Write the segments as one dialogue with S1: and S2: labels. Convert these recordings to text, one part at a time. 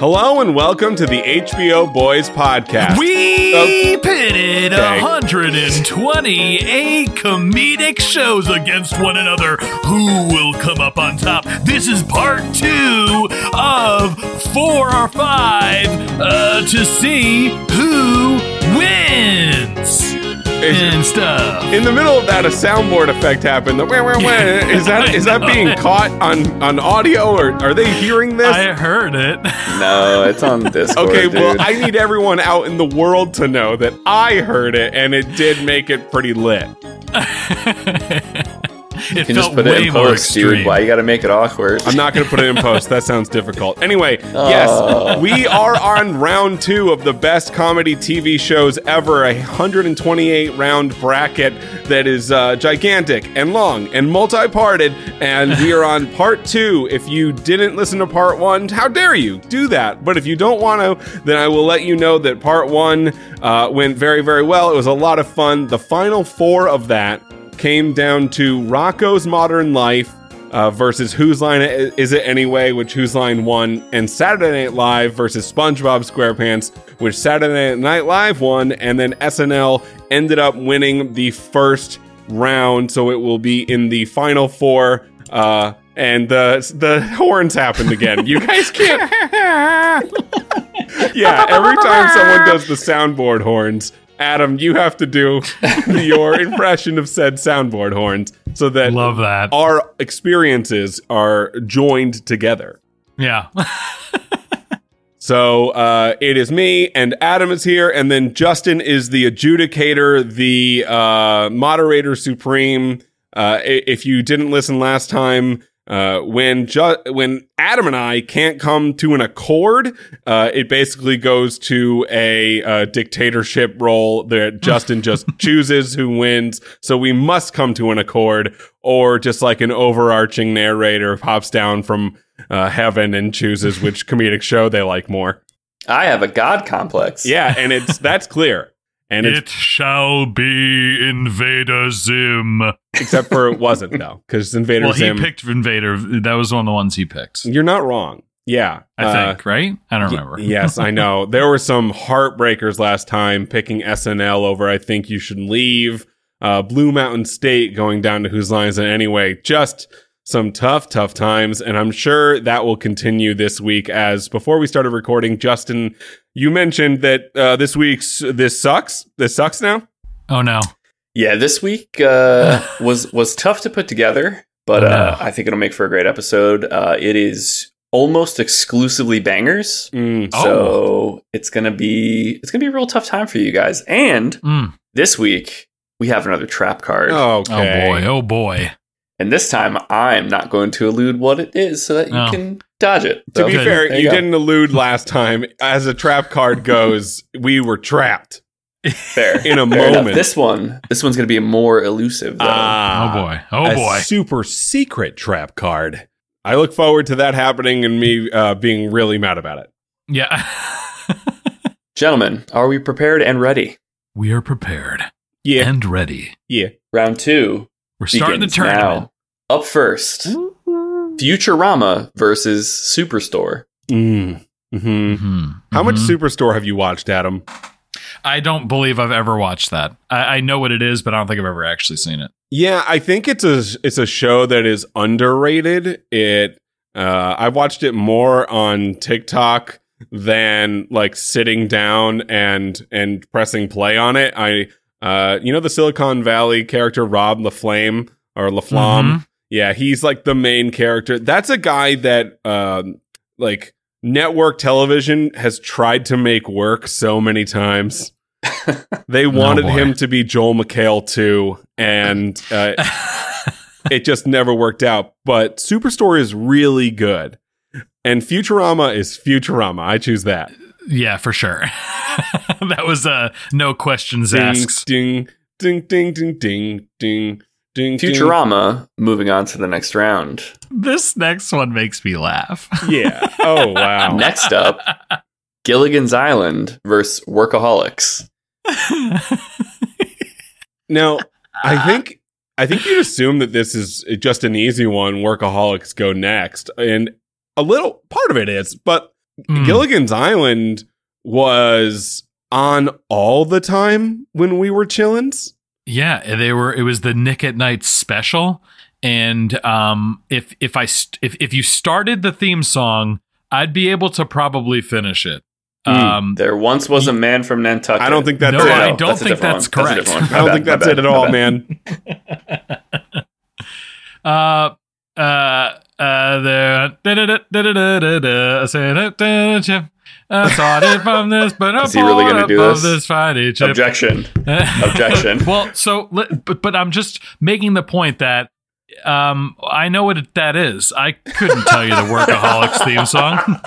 S1: Hello and welcome to the HBO Boys podcast.
S2: We pitted
S1: Okay.
S2: 128 comedic shows against one another. Who will come up on top? This is part two of four or five uh, to see who wins
S1: Is-
S2: and stuff.
S1: in the middle of that, a soundboard effect happened. The wah, wah, wah. Is that is that being caught on on audio or are they hearing this?
S2: I heard it.
S3: No, it's on Discord.
S1: okay, well,
S3: dude.
S1: I need everyone out in the world to know that I heard it and it did make it pretty lit.
S2: It
S3: you can
S2: felt
S3: just put
S2: way
S3: it in
S2: more
S3: post,
S2: extreme.
S3: dude. Why you got to make it awkward?
S1: I'm not going to put it in post. That sounds difficult. Anyway, yes,
S3: Oh.
S1: we are on round two of the best comedy TV shows ever. A 128 round bracket that is uh, gigantic and long and multi parted. And we are on part two. If you didn't listen to part one, how dare you do that? But if you don't want to, then I will let you know that part one uh, went very, very well. It was a lot of fun. The final four of that came down to Rocco's Modern Life uh, versus Whose Line I- Is It Anyway, which Whose Line won, and Saturday Night Live versus SpongeBob SquarePants, which Saturday Night Live won, and then SNL ended up winning the first round, so it will be in the final four. Uh, and the the horns happened again. You guys can't. yeah, every time someone does the soundboard horns, Adam, you have to do your impression of said soundboard horns so that
S2: Love that.
S1: our experiences are joined together.
S2: Yeah.
S1: So uh, it is me and Adam is here, and then Justin is the adjudicator, the uh, moderator supreme. Uh, i- if you didn't listen last time, uh, when ju- when Adam and I can't come to an accord, uh, it basically goes to a uh, dictatorship role that Justin just chooses who wins. So we must come to an accord, or just like an overarching narrator pops down from uh, heaven and chooses which comedic show they like more.
S3: I have a god complex.
S1: Yeah, and it's that's clear. And it's
S2: It shall be Invader Zim.
S1: except for it wasn't though, because Invader
S2: Well, he
S1: Zim.
S2: picked Invader. That was one of the ones he picked.
S1: you're not wrong. Yeah,
S2: I
S1: uh,
S2: think, right? I don't remember.
S1: yes, I know. There were some heartbreakers last time picking SNL over I Think You Should Leave, uh, Blue Mountain State going down to Whose Lines and Anyway. Just some tough, tough times. And I'm sure that will continue this week as before we started recording, Justin, you mentioned that uh, this week's This Sucks. This Sucks now?
S2: Oh no.
S3: Yeah, this week uh, was was tough to put together,
S1: Oh,
S3: but uh,
S2: No.
S3: I think it'll make for a great episode. Uh, it is almost exclusively bangers,
S1: Mm.
S2: Oh.
S3: so it's gonna be it's gonna be a real tough time for you guys. And
S2: Mm.
S3: this week we have another trap card,
S1: Okay.
S2: Oh boy. Oh boy.
S3: and this time I'm not going to elude what it is so that you
S2: Oh.
S3: can dodge it.
S1: To
S3: So,
S1: be
S2: Okay.
S1: fair,
S3: there
S1: you,
S3: go.
S1: didn't allude last time. As a trap card goes, we were trapped
S3: fair
S1: in a
S3: Fair enough.
S1: moment.
S3: This one, this one's going to be more elusive. Though.
S1: Ah,
S2: oh boy. Oh
S1: a
S2: boy.
S1: super secret trap card. I look forward to that happening and me uh, being really mad about it.
S2: yeah.
S3: Gentlemen, are we prepared and ready?
S2: we are prepared
S1: Yeah,
S2: and ready.
S1: yeah.
S3: Round two.
S2: We're starting the
S3: begins
S2: tournament.
S3: Now. Up first, Futurama versus Superstore.
S1: Mm. hmm
S2: Mhm.
S1: How much
S2: Mhm.
S1: Superstore have you watched, Adam?
S2: I don't believe I've ever watched that. I, I know what it is, but I don't think I've ever actually seen it.
S1: Yeah, I think it's a it's a show that is underrated. It uh, I watched it more on TikTok than like sitting down and and pressing play on it. I uh, you know the Silicon Valley character Rob LaFlame or LaFlamme.
S2: Mhm.
S1: Yeah, he's like the main character. That's a guy that um like network television has tried to make work so many times. they wanted
S2: boy.
S1: him to be Joel McHale too, and uh, it just never worked out. But Superstore is really good. And Futurama is Futurama. I choose that.
S2: Mm-hmm. yeah, for sure. that was uh, no questions asked.
S1: Ding, ding, ding, ding, ding, ding, ding. ding.
S3: Futurama, moving on to the next round.
S2: This next one makes me laugh.
S1: Yeah. Oh, wow.
S3: Next up, Gilligan's Island versus Workaholics.
S1: Now,
S2: Uh,
S1: I think I think you'd assume that this is just an easy one. Workaholics go next, and a little part of it is, but
S2: Mm.
S1: Gilligan's Island was on all the time when we were chillins.
S2: Yeah, they were. It was the Nick at Night special, and um, if if I st- if if you started the theme song, I'd be able to probably finish it.
S1: Mm.
S2: Um,
S3: There once was a man from Nantucket.
S1: I don't think that's
S2: No,
S1: it.
S2: I
S1: I
S2: don't
S1: don't,
S3: that's a
S2: think
S3: different
S2: that's
S3: one. a
S2: correct.
S3: different one. My bad,
S1: think
S3: my
S1: that's
S3: bad,
S1: it at
S3: my
S1: all,
S3: bad.
S1: man.
S2: uh, uh, uh, there. da-da-da-da-da-da-da, I said, "Uh, da-da, chip. I saw it from this, but I'm
S3: Is he really gonna
S2: up
S3: do
S2: of
S3: this?
S2: this Friday chip.
S3: Objection. Objection.
S2: well, so li- but, but I'm just making the point that um, I know what that is. I couldn't tell you the Workaholics theme song.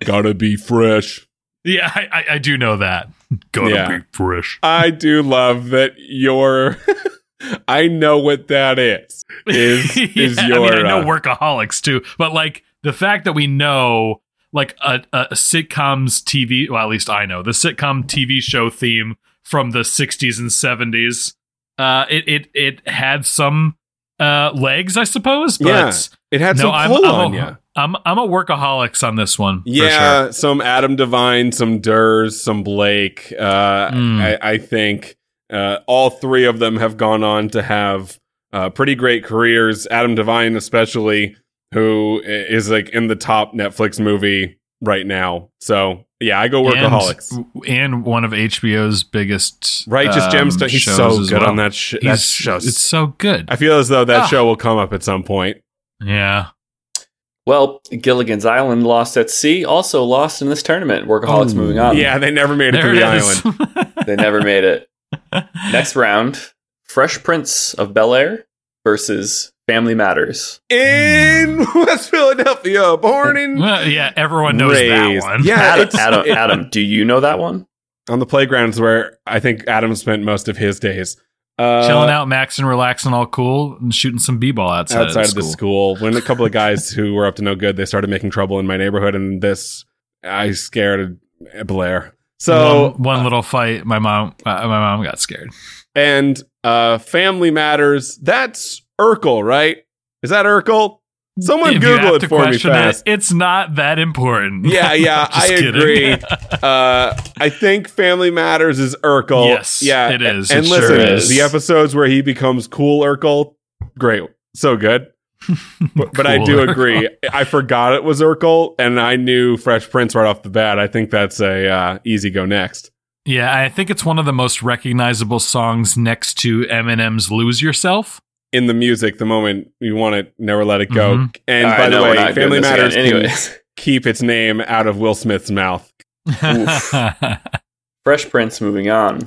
S1: Gotta be fresh.
S2: Yeah, I, I, I do know that. Gotta
S1: Yeah.
S2: be fresh.
S1: I do love that your. I know what that is. Is is
S2: Yeah,
S1: your
S2: I mean, I know
S1: uh,
S2: workaholics too, but like the fact that we know like a, a a sitcom's TV, well, at least I know the sitcom TV show theme from the '60s and '70s. Uh, it it it had some uh legs, I suppose, but.
S1: Yeah. It had some
S2: I'm,
S1: pull
S2: I'm
S1: on
S2: a,
S1: you.
S2: I'm I'm a workaholics on this one. for
S1: Yeah,
S2: sure.
S1: some Adam Devine, some Durs, some Blake. Uh,
S2: Mm.
S1: I, I think uh, all three of them have gone on to have uh, pretty great careers. Adam Devine, especially, who i- is like in the top Netflix movie right now. So yeah, I go workaholics.
S2: and, and one of HBO's biggest
S1: Righteous
S2: um,
S1: Gemstone. He's
S2: shows
S1: so
S2: as
S1: good
S2: well.
S1: on that, sh- that
S2: He's-
S1: show.
S2: It's so good.
S1: I feel as though that
S2: Ah.
S1: show will come up at some point.
S2: yeah.
S3: Well, Gilligan's Island lost at sea, also lost in this tournament. Workaholics moving on.
S1: yeah, they never made it
S2: Ah. There
S1: to
S2: it
S1: the
S2: is.
S1: island.
S3: They never made it. Next round, Fresh Prince of Bel Air versus Family Matters.
S1: In West Philadelphia, born in
S2: Well, yeah, everyone knows
S1: Raised.
S2: that one.
S1: Yeah,
S3: Adam,
S1: it's-
S3: Adam,
S1: it-
S3: Adam, do you know that one?
S1: on the playgrounds where I think Adam spent most of his days. Uh,
S2: Chilling out, maxing, relaxing, all cool, and shooting some b-ball outside,
S1: outside
S2: of the school.
S1: When a couple of guys who were up to no good, they started making trouble in my neighborhood, and this I scared Blair. So
S2: one, one little fight, my mom, uh, my mom got scared.
S1: and uh, Family Matters. That's Urkel, right? Is that Urkel? Someone
S2: If you
S1: Google
S2: have
S1: it
S2: to
S1: for me
S2: question it,
S1: fast.
S2: it's not that important.
S1: Yeah, yeah, I
S2: Just kidding.
S1: agree. uh, I think Family Matters is Urkel.
S2: Yes,
S1: yeah,
S2: it is.
S1: And
S2: It sure
S1: listen,
S3: is.
S1: the episodes where he becomes cool Urkel, great, so good. But, but I
S2: Cool
S1: do
S2: Urkel.
S1: agree. I forgot it was Urkel, and I knew Fresh Prince right off the bat. I think that's a uh, easy go next.
S2: Yeah, I think it's one of the most recognizable songs next to Eminem's "Lose Yourself."
S1: In the music, the moment you want it, never let it go.
S2: Mhm.
S1: And
S3: All right,
S1: by the
S3: no, we're
S1: way,
S3: not doing
S1: Family
S3: this
S1: Matters
S3: again.
S1: can
S3: Anyways,
S1: keep its name out of Will Smith's mouth.
S3: Oof. Fresh Prince moving on.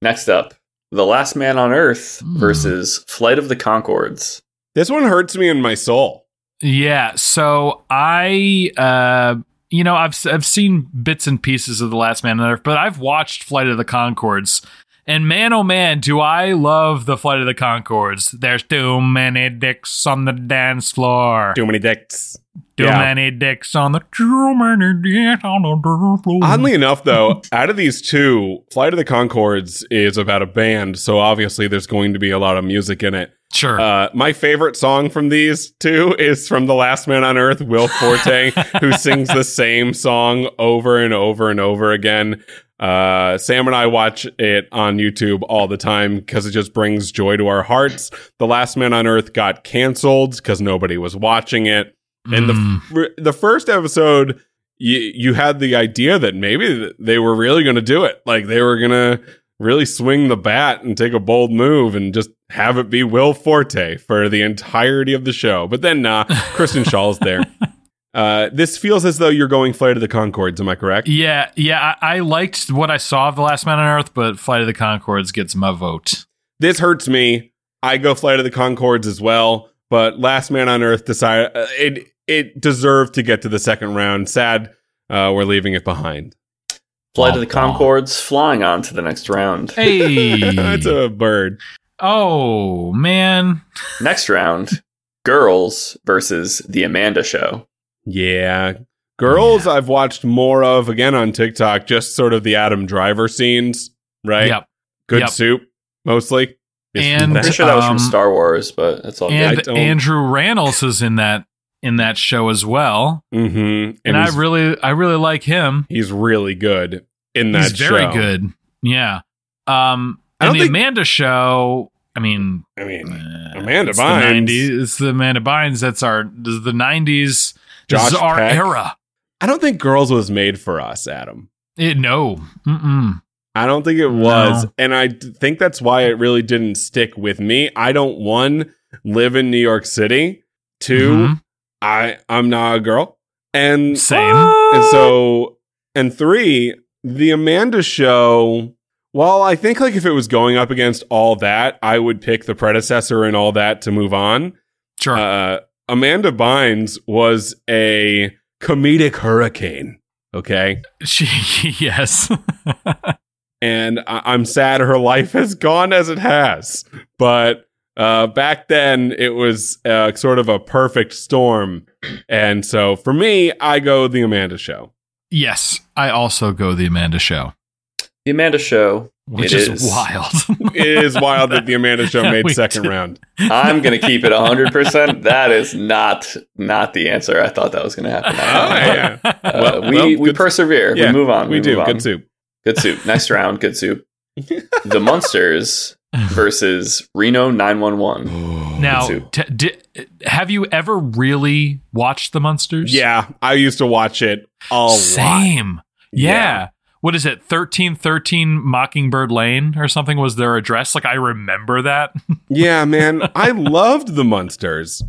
S3: Next up, The Last Man on Earth
S2: Hmm.
S3: versus Flight of the Concords.
S1: This one hurts me in my soul.
S2: yeah, so I, uh, you know, I've I've seen bits and pieces of The Last Man on Earth, but I've watched Flight of the Concords. And man, oh man, do I love the Flight of the Concords. There's too many dicks on the dance floor. Too,
S1: Too many dicks.
S2: many dicks on the too many dicks on the dance floor.
S1: Oddly enough, though, out of these two, Flight of the Concords is about a band, so obviously there's going to be a lot of music in it.
S2: sure.
S1: Uh, my favorite song from these two is from The Last Man on Earth, Will Forte, who sings the same song over and over and over again. Uh, Sam and I watch it on YouTube all the time because it just brings joy to our hearts. The Last Man on Earth got canceled because nobody was watching it and the
S2: Mm.
S1: f- the first episode you you had the idea that maybe th- they were really going to do it like they were going to really swing the bat and take a bold move and just have it be Will Forte for the entirety of the show. But then, nah, Kristen Shaw's there. Uh, this feels as though you're going Flight of the Concords, am I correct?
S2: Yeah, yeah. I, I liked what I saw of The Last Man on Earth, but Flight of the Concords gets my vote.
S1: This hurts me. I go Flight of the Concords as well, but Last Man on Earth decided uh, it it deserved to get to the second round. Sad uh, we're leaving it behind.
S3: Flight of the Concords flying on to the next round.
S2: Hey.
S1: it's a bird.
S2: oh, man.
S3: Next round, Girls versus The Amanda Show.
S1: Yeah. Girls I've watched more of again on TikTok, just sort of the Adam Driver scenes, right?
S2: Yep.
S1: Good
S2: Yep.
S1: soup, mostly.
S2: And-
S3: Pretty sure that was
S2: Um,
S3: from Star Wars, but that's all
S1: I
S2: And
S3: good.
S1: don't-
S2: Andrew Rannells is in that in that show as well.
S1: mm-hmm. and,
S2: And,
S1: he's,
S2: I really I really like him.
S1: he's really good in that
S2: He's very
S1: show.
S2: good. Yeah. Um
S1: I
S2: and
S1: don't
S2: the
S1: think-
S2: Amanda show, I mean
S1: I mean,
S2: uh,
S1: Amanda
S2: it's the
S1: Bynes.
S2: 90s, it's the Amanda Bynes. That's our this is the nineties. This
S1: Josh
S2: is our
S1: Peck.
S2: era.
S1: I don't think Girls was made for us, Adam.
S2: It, no. Mm-mm.
S1: I don't think it was.
S2: No.
S1: And I d- think that's why it really didn't stick with me. I don't, one, live in New York City. 2
S2: Mhm.
S1: I, I'm not a girl. And
S2: Same.
S1: And so, and three, the Amanda show. While I think like if it was going up against all that, I would pick the predecessor and all that to move on.
S2: Sure.
S1: Uh, Amanda Bynes was a comedic hurricane. Okay.
S2: she, yes.
S1: And I- I'm sad her life has gone as it has. But uh, back then, it was uh, sort of a perfect storm. And so for me, I go the Amanda show.
S2: yes. I also go the Amanda show,
S3: The Amanda Show.
S2: which is,
S3: It is.
S2: wild.
S1: It is wild that the Amanda show
S2: That
S1: made
S2: we
S1: second
S2: did.
S1: round.
S3: I'm gonna keep it 100. percent That is not not the answer. I thought that was gonna happen.
S1: Oh, yeah.
S3: Uh,
S1: Well,
S3: we
S1: well,
S3: we
S1: good-
S3: persevere.
S1: yeah,
S3: we move on.
S1: we, do.
S3: move on.
S1: Good soup.
S3: Good soup. Next round. Good soup. the Munsters versus Reno 911.
S2: Now,
S3: Good
S2: t- di- have you ever really watched The Munsters?
S1: Yeah, I used to watch it a lot.
S2: Same. Yeah.
S1: Yeah.
S2: What is it? 1313 Mockingbird Lane or something was their address. Like, I remember that.
S1: Yeah, man, I loved the Munsters.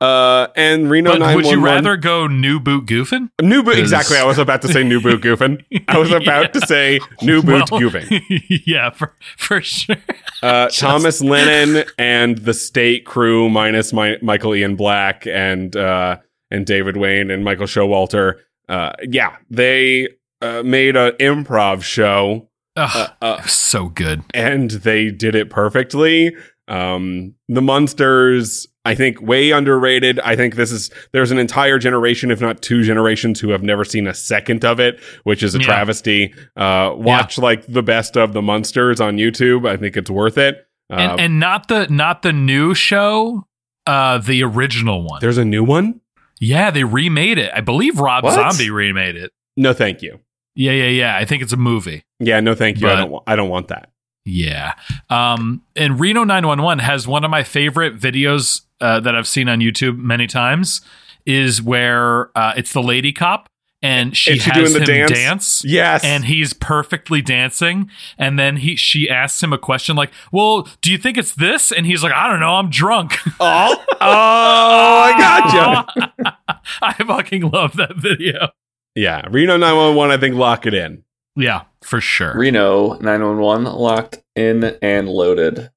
S1: Uh, and Reno
S2: but
S1: nine
S2: would you
S1: one
S2: rather
S1: one.
S2: go New Boot Goofin?
S1: New boot.
S2: 'Cause-
S1: Exactly. I was about to say new boot goofing. I was about to say new boot
S2: Well,
S1: goofing.
S2: yeah, for, for sure.
S1: Uh, Thomas Lennon and the State crew minus my, Michael Ian Black and uh, and David Wayne and Michael Showalter. Uh, yeah, they uh, made an improv show.
S2: Ugh,
S1: Uh,
S2: so good.
S1: and they did it perfectly. Um, the Munsters, I think, way underrated. I think this is there's an entire generation, if not two generations, who have never seen a second of it, which is a
S2: Yeah.
S1: travesty. Uh, watch like the best of the Munsters on YouTube. I think it's worth it. Uh,
S2: and, and not the not the new show, uh, the original one.
S1: there's a new one.
S2: Yeah, they remade it. I believe Rob
S3: What?
S2: Zombie remade it.
S1: No, thank you.
S2: Yeah, yeah, yeah. I think it's a movie.
S1: Yeah, no, thank you. I
S2: But-
S1: don't. Wa- I don't want that.
S2: Yeah. Um, and Reno 911 has one of my favorite videos uh, that I've seen on YouTube many times is where uh, it's the lady cop and she
S1: Is she
S2: has
S1: doing the
S2: him
S1: dance?
S2: dance.
S1: Yes.
S2: And he's perfectly dancing, and then he she asks him a question like, "Well, do you think it's this?" And he's like, "I don't know, I'm drunk."
S1: oh, oh, I gotcha.
S2: I fucking love that video.
S1: yeah, Reno nine one one. I think lock it in.
S2: Yeah, for sure.
S3: Reno 911 locked in and loaded.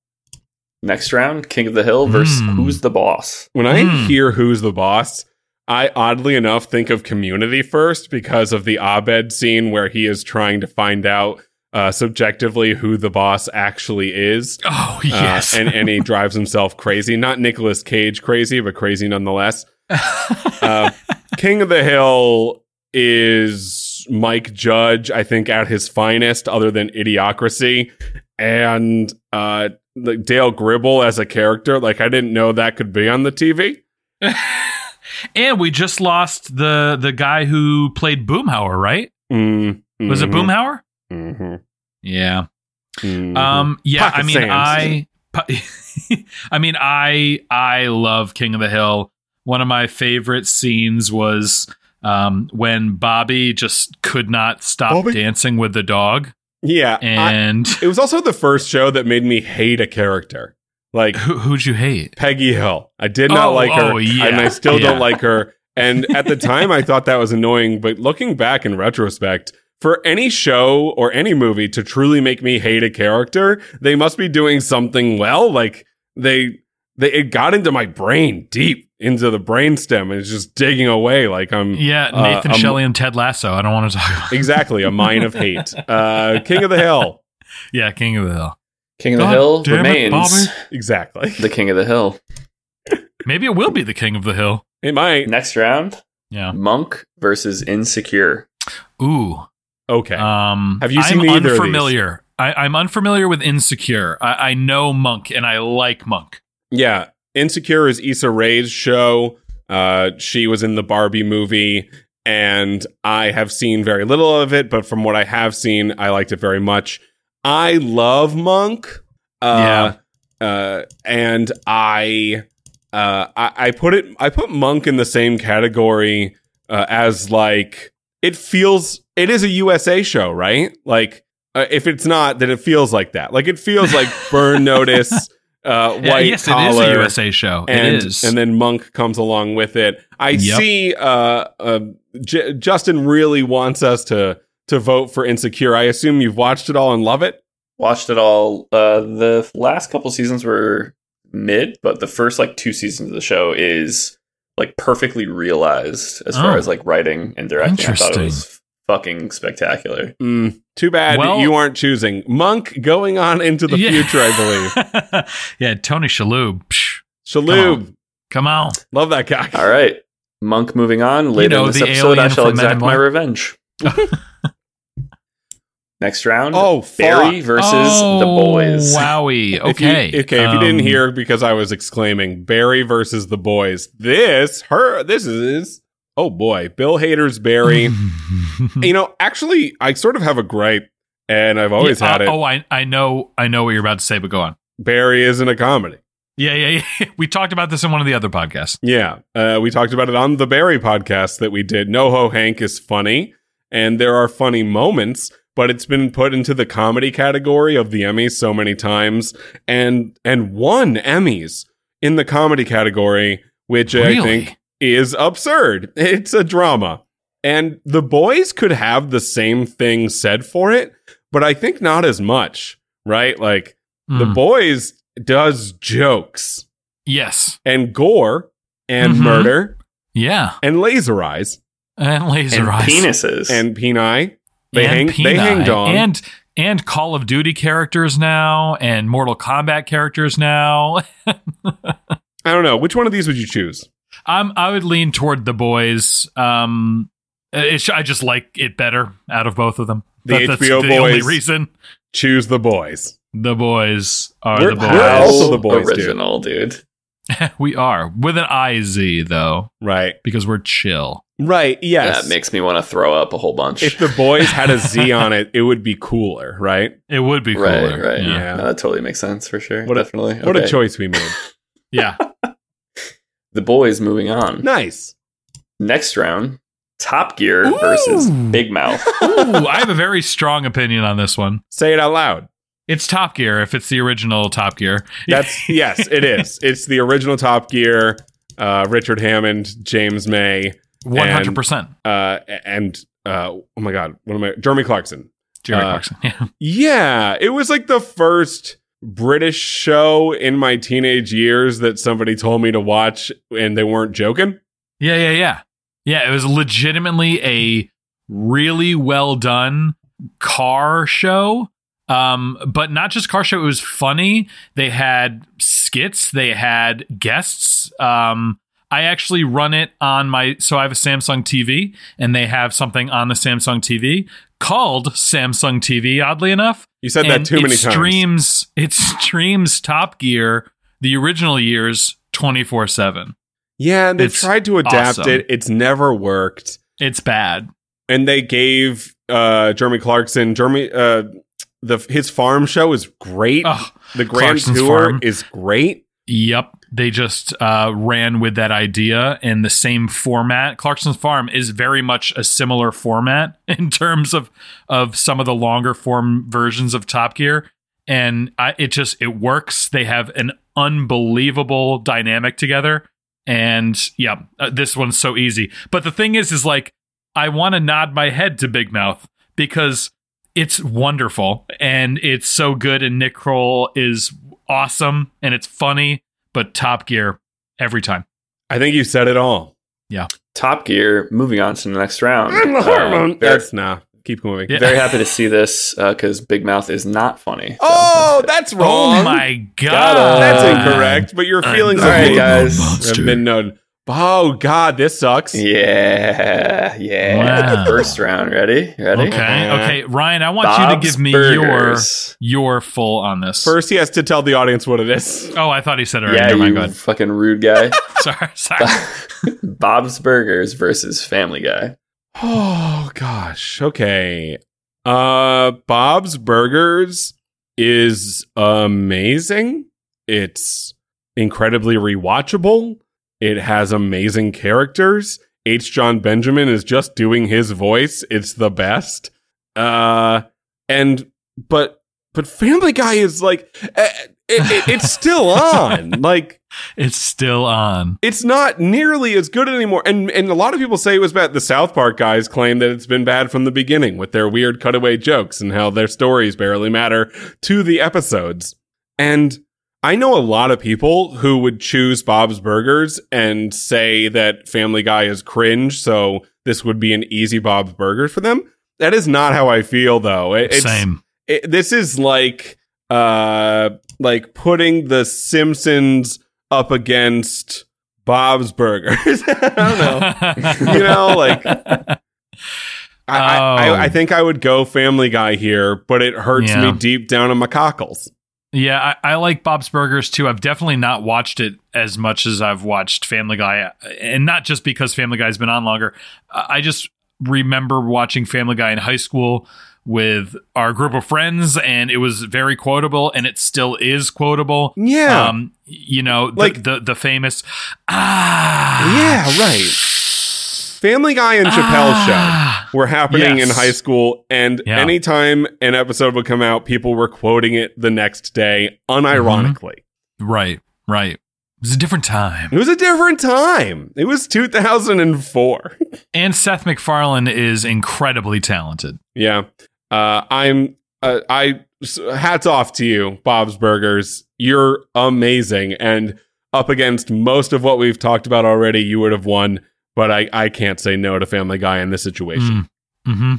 S3: Next round, King of the Hill versus
S2: Hmm.
S3: Who's the Boss?
S1: When I
S2: Hmm.
S1: hear who's the boss, I oddly enough think of community first because of the Abed scene where he is trying to find out uh, subjectively who the boss actually is.
S2: oh
S1: Uh,
S2: yes,
S1: and, and he drives himself crazy. Not Nicolas Cage crazy, but crazy nonetheless. uh, King of the Hill is Mike Judge, I think, at his finest, other than Idiocracy. And uh, like Dale Gribble as a character. Like, I didn't know that could be on the TV.
S2: And we just lost the the guy who played Boomhauer, right?
S1: Mm,
S2: Was it Boomhauer?
S1: Mm-hmm,
S2: Yeah. Um. Yeah.
S1: Pocket
S2: I mean,
S1: Sands.
S2: I. po- I mean, I I love King of the Hill. One of my favorite scenes was um, when Bobby just could not stop
S1: Bobby?
S2: dancing with the dog,
S1: yeah. I-
S2: and
S1: it was also the first show that made me hate a character. Like
S2: Who, who'd you hate?
S1: Peggy Hill. I did not
S2: Oh,
S1: like her,
S2: oh, yeah.
S1: and I still
S2: Yeah.
S1: don't like her. And at the time, I thought that was annoying. But looking back in retrospect, for any show or any movie to truly make me hate a character, they must be doing something well. Like they, they it got into my brain deep into the brainstem, and it's just digging away. Like I'm
S2: Yeah,
S1: Uh,
S2: Nathan
S1: um,
S2: Shelley and Ted Lasso. I don't want to talk about.
S1: exactly a mine of hate. Uh, King of the Hill,
S2: Yeah, King of the Hill.
S3: King of the
S2: God
S3: Hill
S2: damn it,
S3: remains
S2: Bobby.
S1: exactly.
S3: the King of the Hill.
S2: Maybe it will be the King of the Hill.
S1: It might
S3: Next round,
S2: Yeah.
S3: Monk versus Insecure.
S2: Ooh.
S1: okay.
S2: Um,
S1: Have you seen
S2: I'm
S1: either of these?
S2: unfamiliar. I, I'm unfamiliar with Insecure. I, I know Monk and I like Monk.
S1: Yeah. Insecure is Issa Rae's show. Uh, she was in the Barbie movie, and I have seen very little of it, but from what I have seen, I liked it very much. I love Monk. Uh, Uh, and I, uh, I, I put it, I put Monk in the same category uh, as like, it feels, it is a USA show, right? Like, uh, if it's not, then it feels like that. Like, it feels like Burn Notice, uh,
S2: Yeah,
S1: White
S2: yes,
S1: Collar
S2: it is a USA show.
S1: and
S2: it is.
S1: and then Monk comes along with it. I
S2: Yep.
S1: see. Uh, uh, J- Justin really wants us to to vote for Insecure. I assume you've watched it all and love it.
S3: Watched it all. Uh, the last couple seasons were mid, but the first like two seasons of the show is like perfectly realized as far
S2: Oh.
S3: as like writing and directing. I thought it
S2: Interesting.
S3: was fucking spectacular.
S1: Mm, too bad
S2: Well-
S1: you aren't choosing Monk. Going on into the
S2: Yeah.
S1: future, I believe.
S2: yeah, Tony Shalhoub. Psh, Come
S1: Shalhoub,
S2: come on.
S1: love that guy.
S3: All right. Monk moving on. Later
S2: know,
S3: in this
S2: the
S3: episode, I
S2: alien
S3: shall
S2: from Men in
S3: exact my
S2: Black.
S3: revenge. Next round.
S1: Oh, fuck.
S3: Barry versus the
S2: Oh,
S3: boys.
S2: Wowie.
S1: If you-
S2: Okay.
S1: okay. If you didn't
S2: Um,
S1: hear because I was exclaiming Barry versus the boys. This her. This is oh boy, Bill Hader's Barry. you know, actually, I sort of have a gripe, and I've always
S2: Yeah,
S1: had
S2: uh,
S1: it.
S2: Oh, I, I know I know what you're about to say, but go on.
S1: Barry isn't a comedy.
S2: Yeah, yeah, yeah. We talked about this in one of the other podcasts.
S1: Yeah. Uh, we talked about it on the Barry podcast that we did. NoHo Hank is funny, and there are funny moments, but it's been put into the comedy category of the Emmys so many times and and won Emmys in the comedy category, which I
S2: Really?
S1: think is absurd. It's a drama. And the boys could have the same thing said for it, but I think not as much, right? Like the
S2: Mm.
S1: boys does jokes
S2: yes.
S1: and gore and
S2: Mhm.
S1: murder
S2: Yeah.
S1: and laser eyes
S2: And laser
S3: and
S2: eyes.
S3: penises.
S1: and peni. They
S2: and
S1: hang. They
S2: Peni.
S1: hanged on.
S2: And and Call of Duty characters now and Mortal Kombat characters now.
S1: I don't know which one of these would you choose.
S2: I'm I would lean toward the boys. Um it, I just like it better out of both of them.
S1: The
S2: that's
S1: HBO
S2: the only
S1: boys.
S2: reason.
S1: Choose the boys.
S2: The boys are
S1: We're-
S2: the boys.
S1: we're
S3: How
S1: also the boys, dude.
S3: original, dude.
S2: we are with an IZ though,
S1: Right.
S2: because we're chill.
S1: Right. Yes.
S3: That makes me want to throw up a whole bunch.
S1: if the boys had a Z on it, it would be cooler. Right.
S2: It would be
S3: right,
S2: cooler.
S3: right.
S2: Yeah.
S1: Yeah.
S3: No, that totally makes sense for sure.
S1: What a-
S3: Definitely.
S1: What a
S3: Okay.
S1: choice we made.
S2: yeah.
S3: The boys moving on.
S1: nice.
S3: Next round, Top Gear versus
S2: Ooh.
S3: Big Mouth.
S2: Ooh, I have a very strong opinion on this one.
S1: Say it out loud.
S2: It's Top Gear if it's the original Top Gear.
S1: That's yes. It is. It's the original Top Gear. Uh, Richard Hammond, James May,
S2: One hundred percent.
S1: uh, and uh, oh my God, what am I? Jeremy Clarkson.
S2: Jerry
S1: uh,
S2: Clarkson. Yeah.
S1: Yeah, it was like the first British show in my teenage years that somebody told me to watch and they weren't joking.
S2: yeah, yeah, yeah. Yeah, it was legitimately a really well done car show. Um, but not just car show, it was funny. They had skits, they had guests. Um, I actually run it on my so I have a Samsung TV and they have something on the Samsung TV called Samsung TV, oddly enough.
S1: You said that
S2: And
S1: too many
S2: it
S1: times.
S2: streams, It streams Top Gear, the original years, 24 7.
S1: Yeah, and they've
S2: It's
S1: tried to adapt
S2: awesome.
S1: it. It's never worked.
S2: It's bad.
S1: And they gave uh Jeremy Clarkson, Jeremy uh the his farm show is great.
S2: Ugh.
S1: the Grand
S2: Clarkson's
S1: Tour
S2: farm.
S1: is great.
S2: Yep. They just uh, ran with that idea in the same format. Clarkson's Farm is very much a similar format in terms of, of some of the longer form versions of Top Gear. and I, it just it works. They have an unbelievable dynamic together, and yeah, uh, this one's so easy. But the thing is, is like I want to nod my head to Big Mouth because it's wonderful and it's so good, and Nick Kroll is awesome and it's funny. But Top Gear every time.
S1: I think you said it all.
S3: Top Gear. Moving on to the next round.
S1: I'm the
S3: Uh,
S1: hormone.
S3: very,
S1: That's nah. Keep moving.
S2: Yeah.
S3: very happy to see this because Big Mouth is not funny. So
S1: Oh, that's wrong.
S2: Oh my
S3: Got
S2: god,
S3: it.
S1: That's incorrect. But your
S2: I'm
S1: feelings
S2: the
S1: of
S3: All right,
S1: guilt
S3: guys.
S1: have been known. Oh God, this sucks.
S3: Yeah, yeah.
S2: Wow.
S3: First round. Ready? Ready?
S2: Okay, okay, Ryan, I want you to
S3: Bob's
S2: give me
S3: Burgers.
S2: your your full on this.
S1: First, he has to tell the audience what it is.
S2: oh, I thought he said it
S3: Yeah,
S2: already.
S3: you
S2: Never mind.
S3: fucking rude guy.
S2: Sorry, sorry.
S3: Bob's Burgers versus Family Guy.
S1: Oh gosh. Okay. Uh, Bob's Burgers is amazing. It's incredibly rewatchable. It has amazing characters. H. John Benjamin is just doing his voice. It's the best. Uh, and but but Family Guy is like eh, it, it, it's still on. Like
S2: It's still on.
S1: it's not nearly as good anymore. And and a lot of people say it was bad. The South Park guys claim that it's been bad from the beginning with their weird cutaway jokes and how their stories barely matter to the episodes. And I know a lot of people who would choose Bob's Burgers and say that Family Guy is cringe, so this would be an easy Bob's Burgers for them. That is not how I feel though. It- it's,
S2: Same.
S1: it, this is like uh like putting the simpsons up against bob's burgers i don't know you know like I, I,
S2: Oh.
S1: I, I think i would go family guy here but it hurts
S2: Yeah.
S1: me deep down in my cockles
S2: yeah, I, I like Bob's Burgers too. I've definitely not watched it as much as I've watched Family Guy, uh, and not just because Family Guy's been on longer. I I just remember watching Family Guy in high school with our group of friends, and it was very quotable, and it still is quotable.
S1: yeah
S2: Um, you know, the,
S1: Like-
S2: the the famous ah
S1: yeah right family guy and chappelle show
S2: ah.
S1: were happening
S2: Yes.
S1: in high school and
S2: Yeah.
S1: anytime an episode would come out people were quoting it the next day unironically
S2: Mm-hmm. Right, right. It was a different time.
S1: It was a different time. It was 2004.
S2: And Seth MacFarlane is incredibly talented.
S1: yeah. Uh, I'm, uh, I, s- hats off to you, Bob's Burgers. You're amazing. And up against most of what we've talked about already, you would have won. But I, I can't say no to Family Guy in this situation.
S2: Mm-hmm.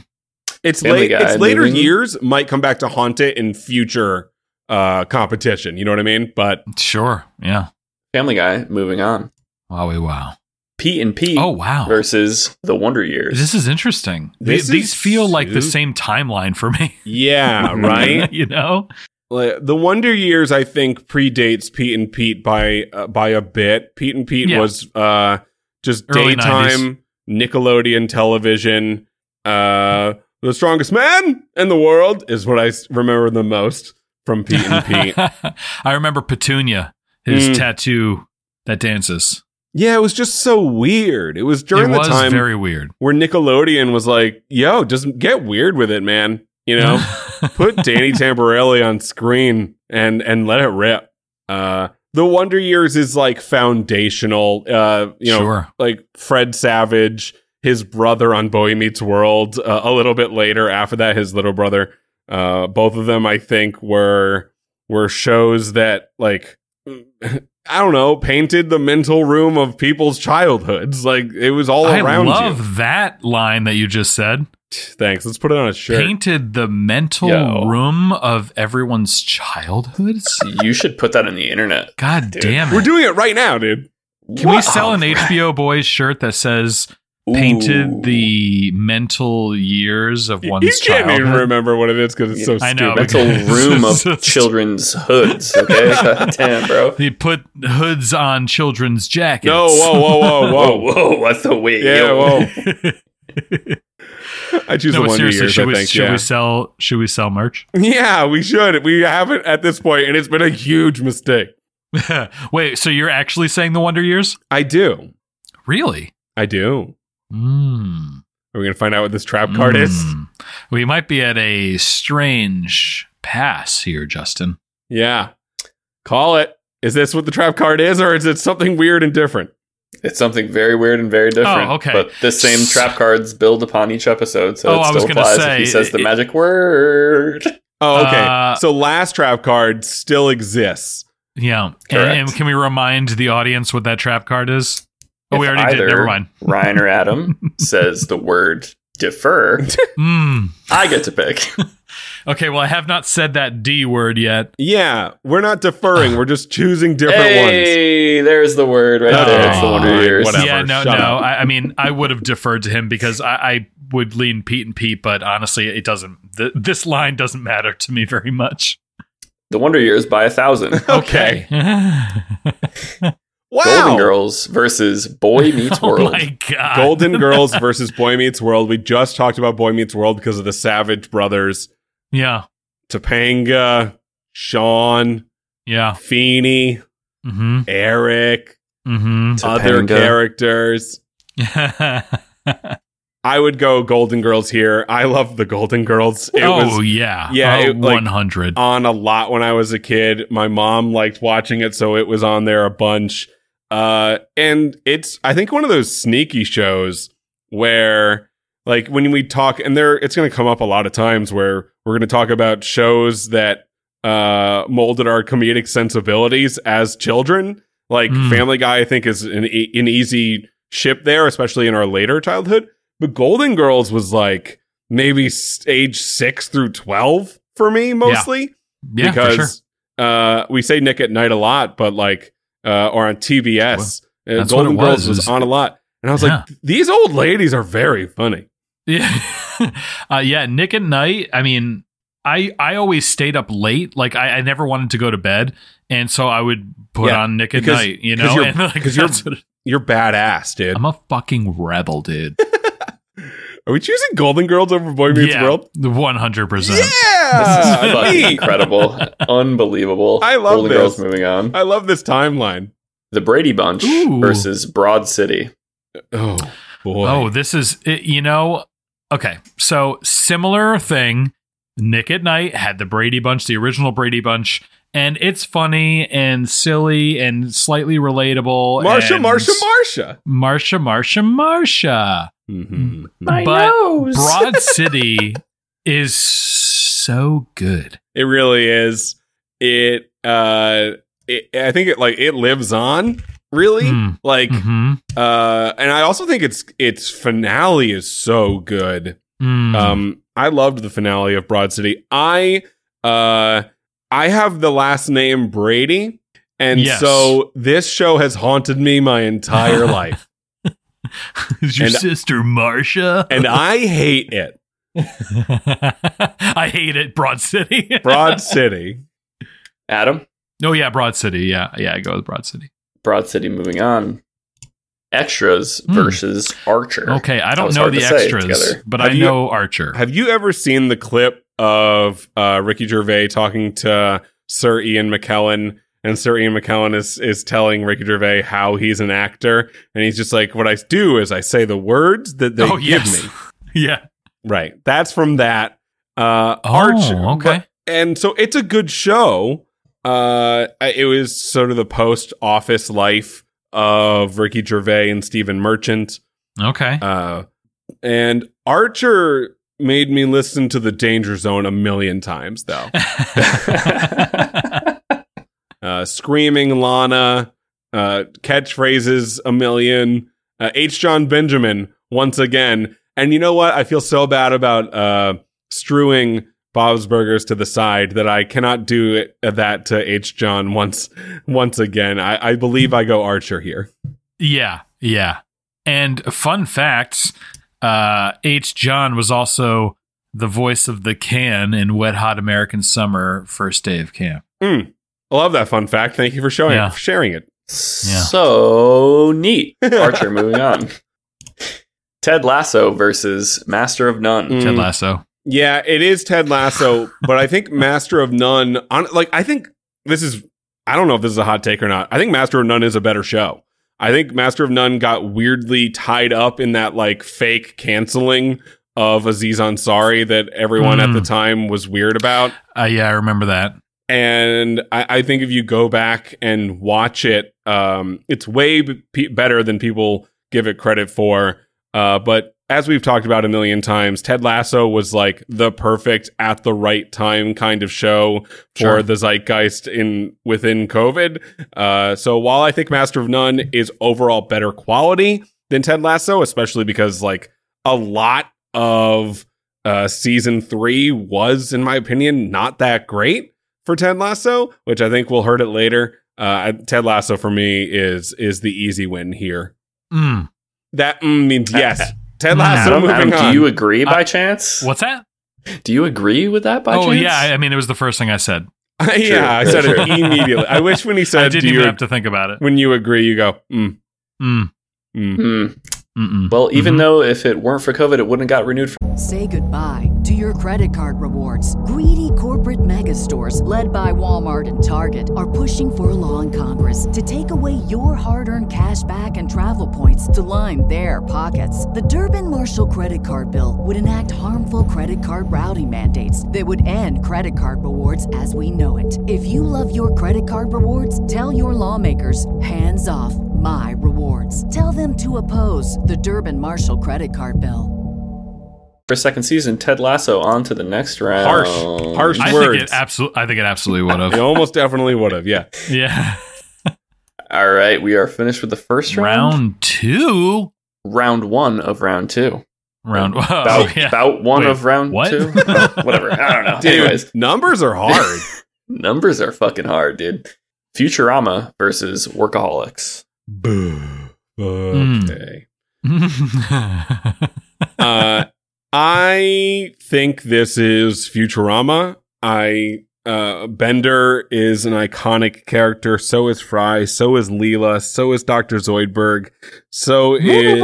S1: It's
S3: Mm. Family
S1: late.
S3: Guy,
S1: It's later
S3: moving-
S1: years might come back to haunt it in future uh, competition. You know what I mean? But
S2: Sure. Yeah.
S3: Family Guy. Moving on.
S2: Wowie wow.
S3: Pete and Pete
S2: Oh wow.
S3: versus The Wonder Years.
S2: This is interesting. The-
S1: This
S2: These
S1: is
S2: feel like the
S1: su-
S2: same timeline for me.
S1: yeah, right.
S2: you know?
S1: Like, the Wonder Years, I think, predates Pete and Pete by uh, by a bit. Pete and Pete
S2: Yeah.
S1: was uh, just
S2: Early
S1: daytime Nickelodeon television. Uh, the strongest man in the world is what I s- remember the most from Pete and Pete.
S2: I remember Petunia, his
S1: Mm.
S2: tattoo that dances.
S1: yeah, it was just so weird. It was during
S2: it was
S1: the time
S2: very weird.
S1: where Nickelodeon was like, "Yo, just get weird with it, man." You know. put Danny Tamborelli on screen and and let it rip. Uh, the Wonder Years is like foundational. Uh, you know,
S2: sure.
S1: like Fred Savage, his brother on Boy Meets World. Uh, a little bit later, after that, his little brother. Uh, both of them, I think, were were shows that like. I don't know, painted the mental room of people's childhoods. Like it was all
S2: I
S1: around
S2: love
S1: you.
S2: that line that you just said.
S1: Thanks. Let's put it on a shirt.
S2: Painted the mental
S3: Yo.
S2: room of everyone's childhoods.
S3: you should put that on the internet.
S2: God
S3: Dude.
S2: damn it.
S1: We're doing it right now, dude.
S2: Can we sell an HBO Boys shirt that says painted the mental years of one's
S1: you can't
S2: childhood?
S1: even remember what it is because it's so
S2: I
S1: stupid.
S2: know, but-
S3: mental room
S2: This is-
S3: of children's hoods. Okay, God damn, bro.
S2: They put hoods on children's jackets.
S1: no, whoa, whoa, whoa,
S3: Whoa,
S1: whoa.
S3: whoa, what the wait?
S1: yeah,
S3: yo.
S1: whoa. I choose
S2: no,
S1: the
S2: but
S1: one years,
S2: seriously, should,
S1: I
S2: we,
S1: think.
S2: should
S1: yeah.
S2: we sell should we sell merch?
S1: yeah, we should. We haven't at this point, and it's been a huge mistake.
S2: Wait, so you're actually saying the Wonder Years?
S1: I do.
S2: Really?
S1: I do.
S2: Mm. Hmm.
S1: Are we going to find out what this trap card is?
S2: Mm. We might be at a strange pass here, Justin.
S1: Yeah. Call it. Is this what the trap card is, or is it something weird and different?
S3: It's something very weird and very different.
S2: Oh, okay.
S3: But the same trap cards build upon each episode, so
S2: Oh,
S3: it
S2: I
S3: still
S2: was gonna
S3: applies
S2: say,
S3: if he says the
S2: it-
S3: magic word.
S1: Oh, okay.
S2: Uh,
S1: so last trap card still exists.
S2: Yeah. And,
S3: Correct.
S2: and can we remind the audience what that trap card is? Oh, we
S3: If
S2: already did.
S3: either
S2: Never mind.
S3: Ryan or Adam says the word defer,
S2: Mm.
S3: I get to pick.
S2: Okay. Well, I have not said that D word yet.
S1: Yeah, we're not deferring. We're just choosing different ones.
S3: hey, there's the word right
S1: Oh,
S3: there. It's the Wonder
S1: fine,
S3: Years.
S1: Whatever,
S2: yeah. No.
S1: shut
S2: No.
S1: up.
S2: I, I mean, I would have deferred to him because I, I would lean Pete and Pete, but honestly, it doesn't. Th- this line doesn't matter to me very much.
S3: The Wonder Years by a thousand.
S1: Okay.
S2: Oh
S1: Wow.
S3: Golden Girls versus Boy Meets
S2: oh
S3: World.
S2: my god.
S1: Golden Girls versus Boy Meets World. We just talked about Boy Meets World because of the Savage Brothers,
S2: Yeah.
S1: Topanga, Sean,
S2: Yeah.
S1: Feeney,
S2: Mm-hmm.
S1: Eric,
S2: Mm-hmm.
S1: other
S3: Topanga.
S1: characters. I would go Golden Girls here. I love the Golden Girls. It
S2: oh
S1: was
S2: yeah.
S1: yeah,
S2: Oh,
S1: it, like- um,
S2: 100.
S1: on a lot when I was a kid. My mom liked watching it, so it was on there a bunch. Uh, and it's I think one of those sneaky shows where like when we talk and there it's going to come up a lot of times where we're going to talk about shows that uh molded our comedic sensibilities as children. Like
S2: Mm.
S1: Family Guy I think is an e- an easy ship there, especially in our later childhood. But Golden Girls was like maybe s- age 6 through 12 for me mostly
S2: yeah. for sure.
S1: because uh, we say Nick at Night a lot, but like uh, or on TBS, uh,
S2: that's what
S1: Golden
S2: it was,
S1: Girls was
S2: is-
S1: on a lot, and I was like, these old ladies are very funny.
S2: Yeah. uh, yeah. Nick at night. I mean, I I always stayed up late. Like I, I never wanted to go to bed, and so I would put
S1: Yeah,
S2: on Nick at
S1: because-
S2: night. You
S1: because
S2: know,
S1: you're-
S2: And, like,
S1: because you're-
S2: that's what-
S1: You're badass, dude.
S2: I'm a fucking rebel, dude.
S1: Are we choosing Golden Girls over Boy Meets World?
S2: one hundred percent.
S1: Yeah,
S3: Fucking
S1: me.
S3: incredible. Unbelievable.
S1: I love
S3: Golden
S1: this.
S3: Girls moving on.
S1: I love this timeline.
S3: The Brady Bunch
S2: Ooh.
S3: versus Broad City.
S1: Oh boy.
S2: Oh, this is it, you know. Okay, so similar thing. Nick at Night had the Brady Bunch, the original Brady Bunch, and it's funny and silly and slightly relatable.
S1: Marsha,
S2: and
S1: Marsha, Marsha.
S2: Marsha, Marsha, Marsha.
S1: Mhm.
S2: but Broad City is so good.
S1: It really is. It. uh it, I think it like it lives on. Really,
S2: Mm.
S1: like
S2: Mhm.
S1: Uh, and I also think its its finale is so good.
S2: Mm.
S1: Um, I loved the finale of Broad City. I uh, I have the last name Brady, and
S2: Yes.
S1: so this show has haunted me my entire life,
S2: is your
S1: and-
S2: sister Marsha?
S1: and I hate it.
S2: I hate it, Broad City.
S1: Broad City.
S3: Adam,
S2: oh yeah, Broad City. Yeah, yeah, I go with Broad City.
S3: Broad City moving on. Extras
S2: Hmm.
S3: versus Archer.
S2: Okay, I don't
S3: was
S2: know
S3: hard
S2: the
S3: to say
S2: extras,
S3: together.
S2: but
S1: Have
S2: I
S1: you-
S2: know Archer.
S1: Have you ever seen the clip of uh, Ricky Gervais talking to Sir Ian McKellen? And Sir Ian McKellen is is telling Ricky Gervais how he's an actor, and he's just like, "What I do is I say the words that they
S2: Oh,
S1: give
S2: yes.
S1: me."
S2: yeah.
S1: Right, that's from that. Uh,
S2: Oh,
S1: Archer,
S2: okay.
S1: But- and so it's a good show. Uh, I- it was sort of the post office life of Ricky Gervais and Stephen Merchant.
S2: Okay.
S1: Uh, and Archer made me listen to the Danger Zone a million times, though. Uh, screaming Lana, uh, catchphrases a million. Uh, H. John Benjamin once again. And you know what? I feel so bad about uh, strewing Bob's Burgers to the side that I cannot do it, that to H. John once once again. I, I believe I go Archer here.
S2: yeah, yeah. And fun fact, uh H John was also the voice of the can in Wet Hot American Summer First Day of Camp.
S1: I love that fun fact. Thank you for showing
S2: Yeah.
S1: for sharing it.
S3: So neat. Archer moving on. Ted Lasso versus Master of None.
S2: Ted
S1: Mm.
S2: Lasso.
S1: Yeah, it is Ted Lasso, but I think Master of None on like I think this is I don't know if this is a hot take or not. I think Master of None is a better show. I think Master of None got weirdly tied up in that like fake canceling of Aziz Ansari that everyone at the time was weird about.
S2: Uh, yeah, I remember that.
S1: And I, I think if you go back and watch it, um, it's way b- pe- better than people give it credit for. Uh, but as we've talked about a million times, Ted Lasso was like the perfect at the right time kind of show for
S2: Sure.
S1: the zeitgeist in within COVID. Uh, so while I think Master of None is overall better quality than Ted Lasso, especially because like a lot of uh, season three was, in my opinion, not that great for Ted Lasso, which I think we'll hurt it later. Uh, I- Ted Lasso for me is is the easy win here.
S2: Mm.
S1: That mm, means yes. Ted Lasso.
S3: Adam,
S1: moving
S3: Adam,
S1: on.
S3: do you agree by
S2: Uh,
S3: chance?
S2: What's that?
S3: Do you agree with that by
S2: oh
S3: chance?
S2: yeah, I I mean it was the first thing I said.
S1: yeah, I
S3: True,
S1: said
S3: true.
S1: it immediately. I wish when he
S2: I
S1: said,
S2: didn't
S1: "Do
S2: even
S1: you?"
S2: have to think about it.
S1: when you agree, you go. Mm,
S2: Mm.
S1: mm.
S3: Hmm.
S2: Mm-mm.
S3: Well, even
S2: Mhm.
S3: though if it weren't for COVID, it wouldn't have got renewed for
S4: Say goodbye to your credit card rewards. Greedy corporate mega stores, led by Walmart and Target, are pushing for a law in Congress to take away your hard earned cash back and travel points to line their pockets. The Durbin Marshall credit card bill would enact harmful credit card routing mandates that would end credit card rewards as we know it. If you love your credit card rewards, tell your lawmakers hands off my rewards. Tell them to oppose the Durbin Marshall credit card bill.
S3: a second season. Ted Lasso on to the next round.
S1: Harsh, harsh
S2: I think
S1: words.
S2: it absolutely. I think it absolutely would
S1: you
S2: have.
S1: almost definitely would have. Yeah.
S2: yeah.
S3: All right, we are finished with the first round.
S2: Round two.
S3: Round one of round two.
S2: Round. Oh,
S3: About,
S2: yeah.
S3: about one
S2: Wait,
S3: of round
S2: what?
S3: two. Oh, whatever. I don't know.
S1: Dude,
S3: Anyways,
S1: numbers are hard.
S3: numbers are fucking hard, dude. Futurama versus Workaholics.
S1: Boo.
S2: Mm.
S1: Okay. uh, I think this is Futurama. I uh, Bender is an iconic character. So is Fry. So is Leela. So is Doctor Zoidberg. So is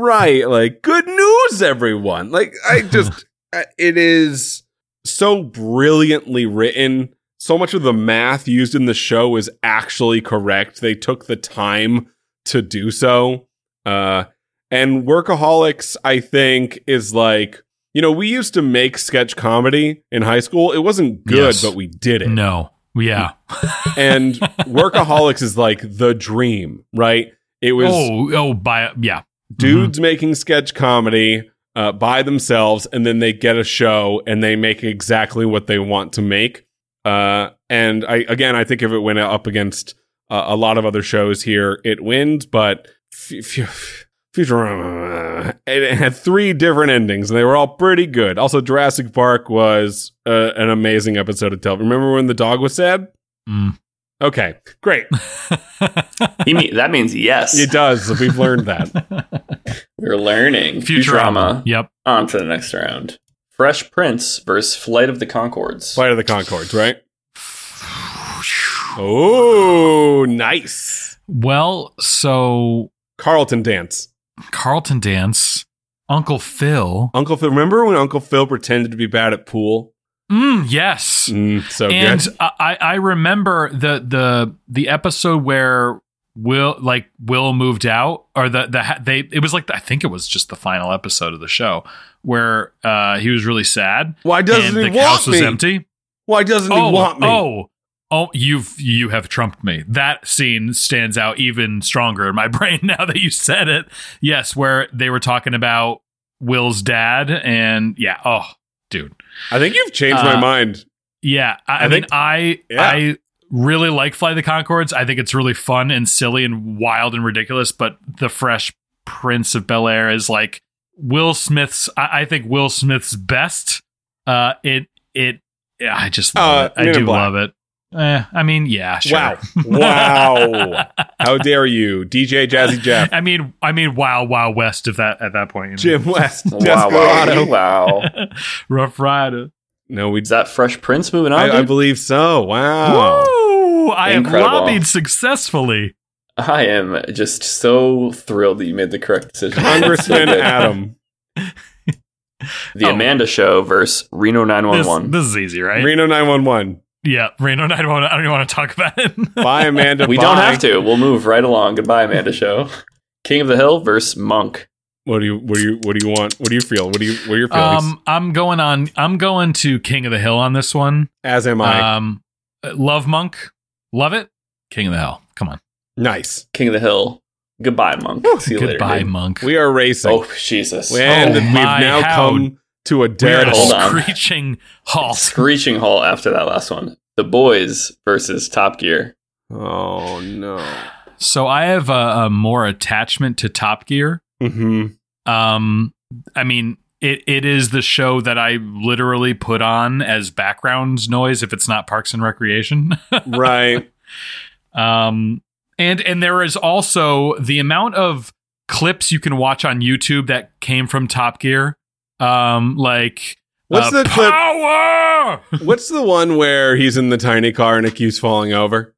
S1: right. Like good news, everyone. Like I just, I- it is so brilliantly written. So much of the math used in the show is actually correct. They took the time to do so. Uh, and Workaholics, I think, is like, you know, we used to make sketch comedy in high school. It wasn't good,
S2: Yes.
S1: but we did it.
S2: no. Yeah.
S1: And Workaholics is like the dream, right? It was
S2: oh. Oh. By. Yeah.
S1: dudes making sketch comedy uh, by themselves, and then they get a show and they make exactly what they want to make. Uh, and I again, I think if it went up against uh, a lot of other shows here, it wins. But F- F- Futurama, it it had three different endings, and they were all pretty good. Also, Jurassic Park was uh, an amazing episode of television. Remember when the dog was sad?
S2: Mm.
S1: Okay, great.
S3: He mean, that means yes.
S1: It does. We've learned that.
S3: We're learning
S2: Futurama.
S3: Futurama.
S2: Yep.
S3: On to the next round. Fresh Prince versus Flight of the Concords.
S1: Flight of the Concords, right? Oh, nice.
S2: Well, so
S1: Carlton dance.
S2: Carlton dance, Uncle Phil.
S1: Uncle Phil. Remember when Uncle Phil pretended to be bad at pool?
S2: Mm, yes.
S1: Mm, so
S2: and
S1: good.
S2: I, I remember the the the episode where Will like Will moved out or the the ha- they it was like the, I think it was just the final episode of the show where uh he was really sad
S1: Why doesn't
S2: and the
S1: he
S2: house
S1: want
S2: was
S1: me?
S2: empty.
S1: Why doesn't
S2: oh,
S1: he want me?
S2: oh, oh, you've you have trumped me. That scene stands out even stronger in my brain now that you said it. Yes, where they were talking about Will's dad and yeah, oh, dude.
S1: I think you've changed my
S2: Uh,
S1: mind.
S2: Yeah, I, I,
S1: I
S2: mean,
S1: think-
S2: I
S1: yeah.
S2: I really like Fly the Concords. I think it's really fun and silly and wild and ridiculous. But the Fresh Prince of Bel Air is like Will Smith's. I, I think Will Smith's best. Uh, it it. yeah, I just
S1: Uh,
S2: love it. I
S1: Men in
S2: do
S1: Black.
S2: love it. Eh, I mean, yeah, sure.
S1: Wow. Wow. How dare you, DJ Jazzy Jeff,
S2: I mean, I mean, wow, wow, West. If that at that point, you know.
S1: Jim West,
S3: Wow, wow,
S1: Desperado.
S3: wow.
S2: Rough Rider.
S1: No, we.
S3: Is that Fresh Prince moving on?
S1: I, I
S3: dude?
S1: believe so. Wow.
S2: Woo! I
S3: Incredible.
S2: have lobbied successfully.
S3: I am just so thrilled that you made the correct decision.
S1: Congressman
S3: So good.
S1: Adam.
S3: The
S2: Oh.
S3: Amanda Show versus Reno
S2: This,
S3: 911.
S2: this is easy, right?
S1: Reno 911.
S2: Yeah, Reno. I don't want. I don't even want to talk about it.
S1: Bye, Amanda.
S3: we
S1: bye.
S3: don't have to. We'll move right along. Goodbye, Amanda Show. King of the Hill versus Monk.
S1: What do you what do you what do you want? What do you feel? What do you what are your feelings?
S2: Um, I'm going on. I'm going to King of the Hill on this one.
S1: As am I.
S2: Um, love monk, love it. King of the Hill. Come on.
S1: nice.
S3: King of the Hill. Goodbye, monk. See you later.
S2: Goodbye,
S3: dude.
S2: monk.
S1: We are racing.
S3: Oh Jesus!
S1: and
S2: Oh
S1: we've
S2: my,
S1: now
S2: how-
S1: come to a
S2: We are
S1: dead
S2: at a
S3: Hold
S1: halt.
S3: on.
S2: screeching halt.
S3: Screeching halt after that last one. The boys versus Top Gear.
S1: Oh no.
S2: So I have a, a more attachment to Top Gear.
S1: hmm
S2: Um, I mean, it, it is the show that I literally put on as background noise if it's not Parks and Recreation.
S1: Right.
S2: Um, and and there is also the amount of clips you can watch on YouTube that came from Top Gear. Um, like
S1: What's
S2: uh,
S1: the clip?
S2: power?
S1: What's the one where he's in the tiny car and it keeps falling over?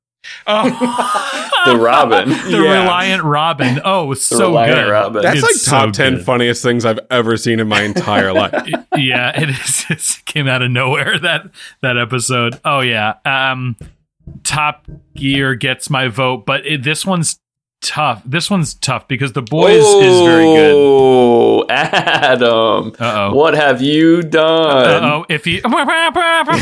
S2: Oh.
S3: The Robin.
S2: the
S1: Yeah.
S2: Reliant Robin. Oh, it's
S3: The
S2: so
S3: Reliant
S2: good.
S3: Robin.
S1: That's
S2: It's
S1: like
S2: so
S1: top ten
S2: good.
S1: funniest things I've ever seen in my entire life.
S2: yeah, it is. It came out of nowhere that that episode. Oh yeah. Um, Top Gear gets my vote, but it, this one's tough. This one's tough because the boys is very good.
S3: Oh, Adam.
S2: Uh oh.
S3: What have you done?
S2: Uh oh. If he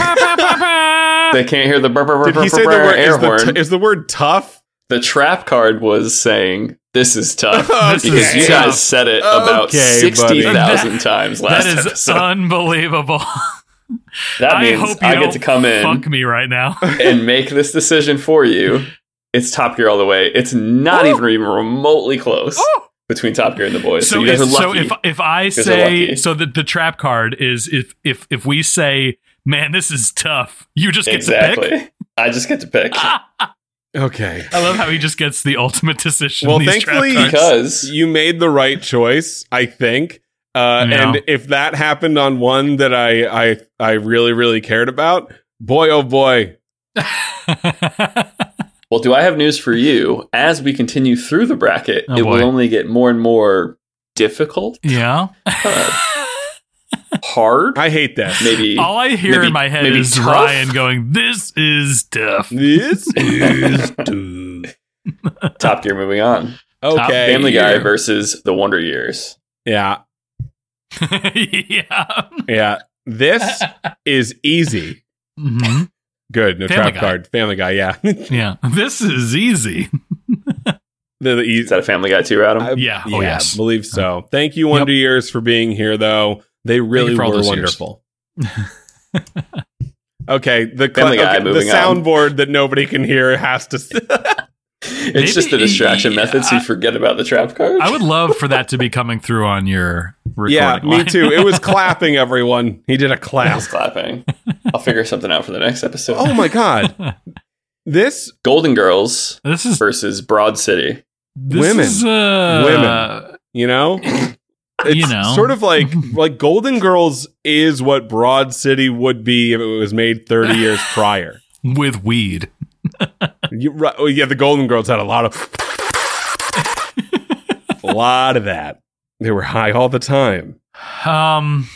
S2: the
S3: They can't hear the brr, brr, brr,
S1: Did
S3: brr,
S1: he say the
S3: brr,
S1: word
S3: air
S1: is
S3: horn.
S1: the, t- is the word tough?
S3: the trap card was saying, "This is tough,"
S1: This
S3: because
S2: Oh, is
S3: you
S2: tough.
S3: guys said it about
S1: Okay,
S3: sixty
S2: buddy.
S3: thousand times last
S2: that is
S3: episode.
S2: unbelievable.
S3: that
S2: I
S3: means
S2: hope you
S3: I
S2: don't
S3: get to come in
S2: fuck me right now.
S3: and make this decision for you. It's Top Gear all the way. It's not even even remotely close between Top Gear and the boys. So,
S2: so,
S3: you guys
S2: if,
S3: are lucky.
S2: so if if I
S3: are
S2: say
S3: lucky.
S2: so that the trap card is if if if we say man this is tough you just get to pick. Ah.
S3: exactly. I just get to pick
S1: Okay.
S2: I love how he just gets the ultimate decision.
S1: Well,
S2: in these
S1: thankfully-
S2: trap cards.
S3: because
S1: you made the right choice, I think. Uh,
S2: Yeah.
S1: And if that happened on one that I, I I really really cared about, boy oh boy,
S3: well, do I have news for you? As we continue through the bracket,
S2: Oh,
S3: it
S2: boy.
S3: will only get more and more difficult,
S2: yeah.
S3: hard,
S1: I hate that.
S3: maybe.
S2: All I hear
S3: Maybe-
S2: in my head
S3: maybe
S2: is
S3: tough?
S2: Ryan going, "This is tough."
S1: This is
S3: Top Gear moving on.
S1: okay.
S3: Family Guy
S2: Gear.
S3: versus The Wonder Years.
S1: Yeah,
S2: yeah.
S1: yeah. This is easy.
S2: Mhm.
S1: Good, no
S2: Family
S1: trap
S2: Guy.
S1: card. Family Guy. Yeah, the,
S2: Yeah. This is easy.
S1: the easy.
S3: Is that a Family Guy too, Adam?
S1: I-
S2: Yeah. Oh, yes.
S1: believe so. Thank you, Wonder Years, for being here, though. They really
S2: you for
S1: were
S2: all those years.
S1: wonderful. okay, the, cl-
S3: Family Guy,
S1: okay, the
S3: moving on.
S1: soundboard that nobody can hear has to.
S3: it's
S2: Maybe-
S3: just the distraction method, so you
S2: I-
S3: forget about the trap card.
S2: I would love for that to be coming through on your recording.
S1: yeah, me
S2: line.
S1: too. It was clapping, everyone. He did a
S3: I
S1: clap.
S3: was clapping. I'll figure something out for the next episode.
S1: oh my god, this
S3: Golden Girls
S2: This is
S3: versus Broad City.
S2: this
S1: Women.
S2: Is, uh,
S1: Women. you know. It's
S2: You know.
S1: sort of like like Golden Girls is what Broad City would be if it was made 30 years prior.
S2: with weed.
S1: You, right, oh, yeah, the Golden Girls had a lot of a lot of that. They were high all the time.
S2: Um,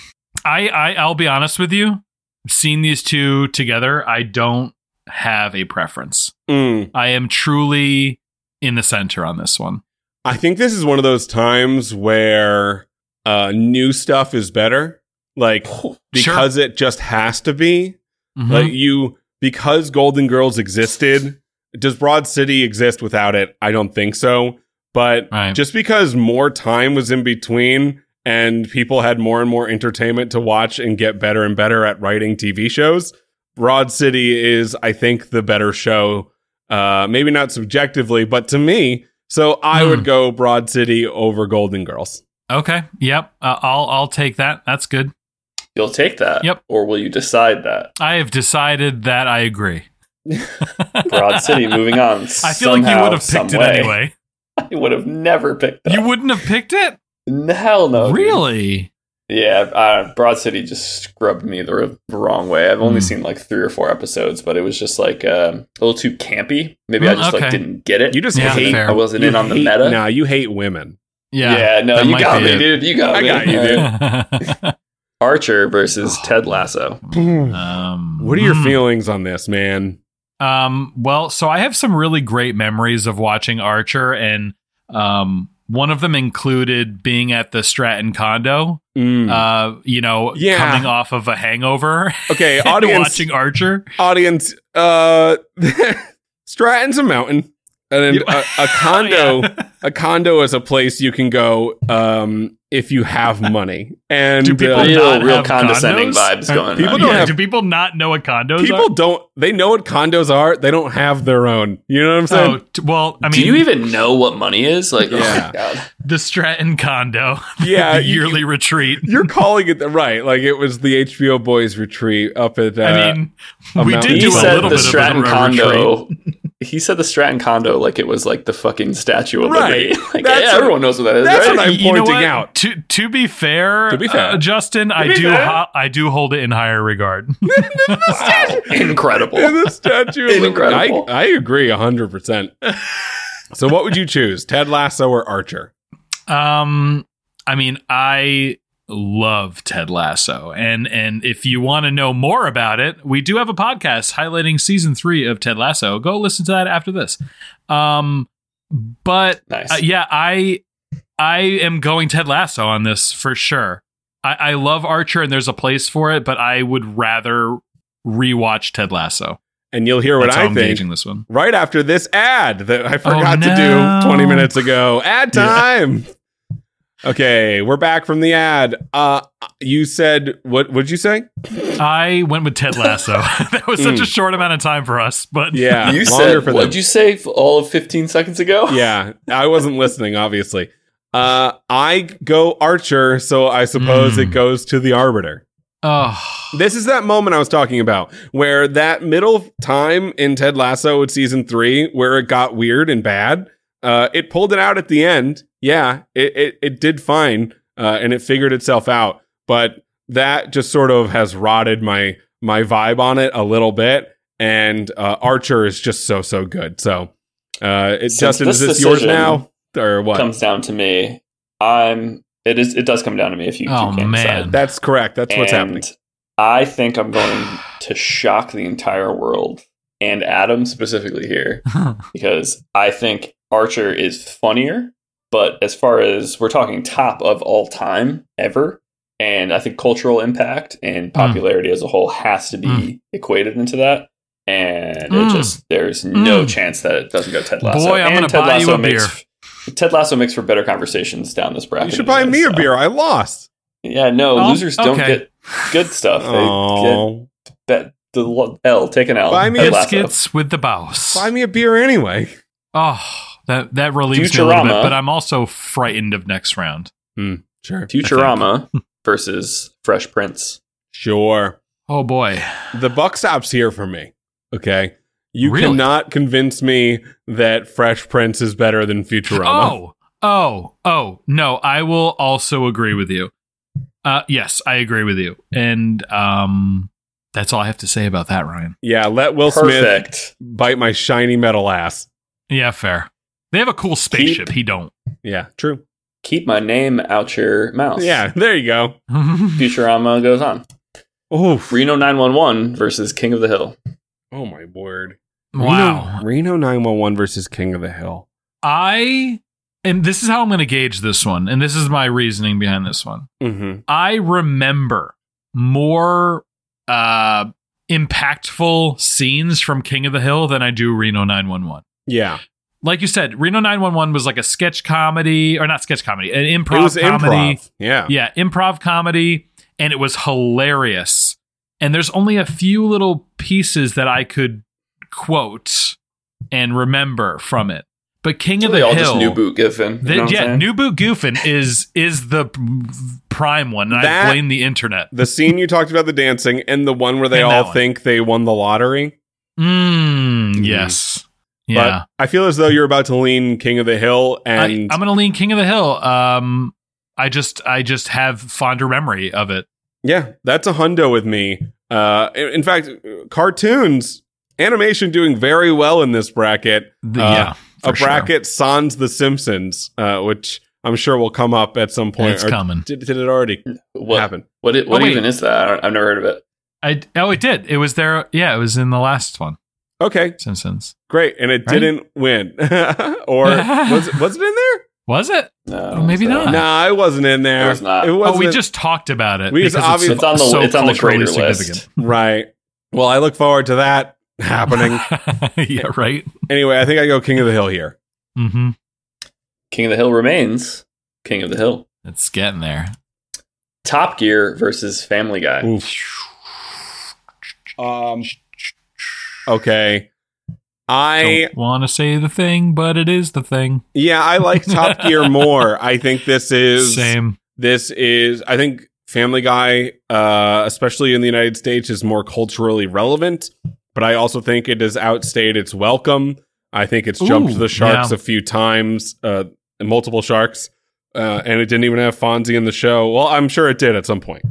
S2: I, I I'll be honest with you. Seeing these two together, I don't have a preference.
S1: Mm.
S2: I am truly in the center on this one.
S1: I think this is one of those times where uh, new stuff is better, like because it just has to be.
S2: Mhm.
S1: Like you, because Golden Girls existed. Does Broad City exist without it? I don't think so. But
S2: Right.
S1: just because more time was in between and people had more and more entertainment to watch and get better and better at writing TV shows, Broad City is, I think, the better show. Uh, maybe not subjectively, but to me. So I
S2: Hmm.
S1: would go Broad City over Golden Girls.
S2: okay. Yep. Uh, I'll I'll take that. That's good.
S3: You'll take that.
S2: Yep.
S3: Or will you decide that?
S2: I have decided that I agree.
S3: Broad City moving on.
S2: I feel like you would have picked it anyway.
S3: I would have never picked that.
S2: You wouldn't have picked it?
S3: Hell no. dude.
S2: really?
S3: Yeah, uh, Broad City just scrubbed me the r- wrong way. I've only
S2: Hmm.
S3: seen like three or four episodes, but it was just like um a little too campy. Maybe I
S2: Mm,
S3: just like
S2: okay.
S3: didn't get it.
S1: You just
S2: Yeah,
S1: hate.
S2: fair.
S3: I wasn't
S1: you
S3: in on the
S1: hate-
S3: meta.
S1: Nah, you hate women.
S2: Yeah.
S3: yeah, no,
S2: that
S3: you
S2: might
S3: got
S2: be
S3: me,
S2: it.
S3: dude. You got
S1: I
S3: me.
S1: got you, dude.
S3: Archer versus Ted Lasso.
S2: um,
S1: What are your
S2: hmm.
S1: feelings on this, man?
S2: Um, well, so I have some really great memories of watching Archer, and um, One of them included being at the Stratton condo,
S3: Hmm.
S1: Mm.
S2: uh, you know,
S1: Yeah.
S2: coming off of a hangover,
S1: okay,
S2: and
S1: audience,
S2: watching Archer.
S1: audience. Uh, Stratton's a mountain, and
S2: You- Oh,
S1: then a, a condo. A condo is a place you can go um, if you have money. And
S2: Do people
S1: uh,
S3: Real-
S2: not
S3: real
S2: have
S3: condescending
S2: condos?
S3: vibes
S1: People
S3: going
S2: People
S3: on.
S1: don't
S2: yeah,
S1: have-
S2: do people not know what condos
S1: people don't. They know what condos are. They don't have their own. You know what I'm
S2: are?
S1: saying?
S2: oh, t- well, I mean,
S3: Do you even know what money is? Like,
S1: Yeah.
S3: oh my god.
S2: the Stratton condo,
S1: yeah,
S2: the
S1: Uh, you-
S2: yearly retreat.
S1: You're calling it the, right, like it was the HBO boys retreat up at. Uh,
S2: I mean,
S1: a
S2: we
S1: mountain.
S2: did
S3: He
S2: do a
S3: said
S2: little
S3: the
S2: bit
S3: Stratton
S2: of a road retreat.
S3: condo. He said the Stratton condo like it was like the fucking Statue of
S1: Right.
S3: Liberty. Like,
S1: That's
S3: yeah,
S1: what-
S3: everyone knows what that is,
S1: that's
S3: right?
S1: what I'm
S2: You know
S1: pointing
S2: what?
S1: out.
S2: To to be fair,
S1: To be fair.
S2: uh, Justin, I
S1: be
S2: do
S1: fair.
S2: ho- I do hold it in higher regard.
S3: Incredible.
S1: in the Statue of Liberty.
S3: Incredible.
S1: I, I agree 100%. so, what would you choose, Ted Lasso or Archer?
S2: Um, I mean, I love Ted Lasso, and and if you want to know more about it, we do have a podcast highlighting season three of Ted Lasso. Go listen to that after this. Um, but
S3: Nice.
S2: uh, yeah, I I am going Ted Lasso on this for sure. I, I love Archer, and there's a place for it, but I would rather rewatch Ted Lasso.
S1: And you'll hear what
S2: That's how
S1: I
S2: I'm
S1: think
S2: gauging this one.
S1: right after this ad that I forgot
S2: no.
S1: to do 20 minutes ago. Ad
S2: Yeah.
S1: time. Okay, we're back from the ad. Uh, you said what? What'd you say?
S2: I went with Ted Lasso. that was such a short amount of time for us, but
S1: Mm. Yeah, longer
S3: you said,
S1: for them.
S3: what'd you say f- all of 15 seconds ago?
S1: yeah, I wasn't listening, obviously. Uh, I go Archer, so I suppose
S2: Mm.
S1: it goes to the Arbiter.
S2: Oh,
S1: This is that moment I was talking about where that middle time in Ted Lasso with season three, where it got weird and bad, uh, it pulled it out at the end. Yeah, it, it, it did fine uh, and it figured itself out. But that just sort of has rotted my my vibe on it a little bit. And uh, Archer is just so, so good. So, uh, it,
S3: Since
S1: Justin, is
S3: this
S1: this yours
S3: decision
S1: now or what?
S3: comes down to me. I'm it is it does come down to me if you, if you
S2: Oh,
S3: can't
S2: man.
S3: decide.
S1: That's correct. That's what's
S3: And
S1: happening.
S3: I think I'm going to shock the entire world and Adam specifically here because I think Archer is funnier, but as far as we're talking top of all time ever, and I think cultural impact and popularity as a whole has to be
S2: Mm.
S3: equated into that. And
S2: Mm.
S3: it just there's no
S2: Mm.
S3: chance that it doesn't go Ted Lasso.
S2: Boy, I'm
S3: and
S2: gonna
S3: Ted
S2: buy you
S3: Lasso
S2: a
S3: makes, Ted Lasso makes for better conversations down this bracket.
S1: You should buy me a
S3: so-
S1: beer. I lost.
S3: Yeah, no,
S2: Oh,
S3: losers don't
S2: okay.
S3: get good stuff. They get
S1: Oh,
S3: bet the lo- L. Take an L.
S1: Buy me
S3: Ted
S1: a
S3: Lasso.
S2: biscuits with the bows.
S1: buy me a beer anyway.
S2: Oh, that that relieves me a little bit,
S3: Futurama.
S2: but I'm also frightened of next round.
S1: Sure.
S3: Futurama versus Fresh Prince.
S1: Sure.
S2: Oh boy,
S1: The buck stops here for me. Okay. You
S2: Really?
S1: cannot convince me that Fresh Prince is better than Futurama.
S2: Oh, oh, oh, no, I will also agree with you. Uh, yes, I agree with you. And um, that's all I have to say about that, Ryan.
S1: Yeah, let Will Smith
S3: Perfect.
S1: bite my shiny metal ass.
S2: Yeah, fair. They have a cool spaceship. He don't.
S1: Yeah, true.
S3: Keep my name out your mouth.
S1: Yeah, there you go.
S3: Futurama goes on.
S1: Oof.
S3: Reno 911 versus King of the Hill.
S1: Oh my word.
S2: wow.
S1: Reno, Reno 911 versus King of the Hill.
S2: I and this is how I'm going to gauge this one, and this is my reasoning behind this one.
S1: Mm-hmm.
S2: I remember more uh, impactful scenes from King of the Hill than I do Reno 911.
S1: Yeah.
S2: Like you said, Reno 911 was like a sketch comedy, or not sketch comedy, an
S1: it
S2: improv
S1: was
S2: comedy.
S1: improv. Yeah.
S2: Yeah, improv comedy, and it was hilarious. And there's only a few little pieces that I could quote and remember from it. But King of
S3: They
S2: the
S3: all
S2: Hill,
S3: just new boot given.
S2: the- yeah, new boot goofing is is the prime one. And
S1: That-
S2: I blame the internet.
S1: The scene you talked about the dancing and the one where they
S2: And that
S1: all
S2: one.
S1: think they won the lottery.
S2: Mm,
S1: Mm.
S2: yes. Yeah.
S1: But I feel as though you're about to lean King of the Hill
S2: I,
S1: and
S2: am gonna lean King of the Hill. Um I just I just have fonder memory of it.
S1: yeah, that's a hundo with me. Uh in in fact, cartoons, animation doing very well in this bracket.
S2: The-
S1: Uh,
S2: yeah.
S1: A
S2: for sure.
S1: bracket sans the Simpsons, uh which I'm sure will come up at some point.
S2: It's
S1: Or
S2: coming.
S1: did, did it already
S3: What,
S1: happen?
S3: what, it- what
S2: Oh, wait.
S3: even is that? I don't, I've never heard of it.
S2: I oh it did. It was there yeah, it was in the last one,
S1: Okay,
S2: Simpsons.
S1: great. And it
S2: Right?
S1: didn't win. or was it, was it in there?
S2: Was it?
S3: No,
S2: Oh, maybe
S3: so-
S2: not.
S1: No, I wasn't in there.
S3: It was not.
S2: Oh, we
S1: wasn't-
S2: just talked about it.
S1: We just
S2: because
S1: obvious-
S3: It's on the
S2: so
S3: it's on the
S2: culturally
S3: crater list.
S2: significant.
S1: right. Well, I look forward to that happening.
S2: yeah, right.
S1: anyway, I think I go King of the Hill here.
S2: Mm-hmm.
S3: King of the Hill remains King of the Hill.
S2: It's getting there.
S3: Top Gear versus Family Guy.
S1: Um. Okay. I
S2: Don't want to say the thing, but it is the thing.
S1: yeah, I like Top Gear more. I think this is
S2: Same.
S1: this is I think Family Guy, uh, especially in the United States, is more culturally relevant. But I also think it has outstayed its welcome. I think it's jumped
S2: Ooh,
S1: the sharks
S2: yeah.
S1: a few times, uh, multiple sharks, uh, and it didn't even have Fonzie in the show. Well, I'm sure it did at some point.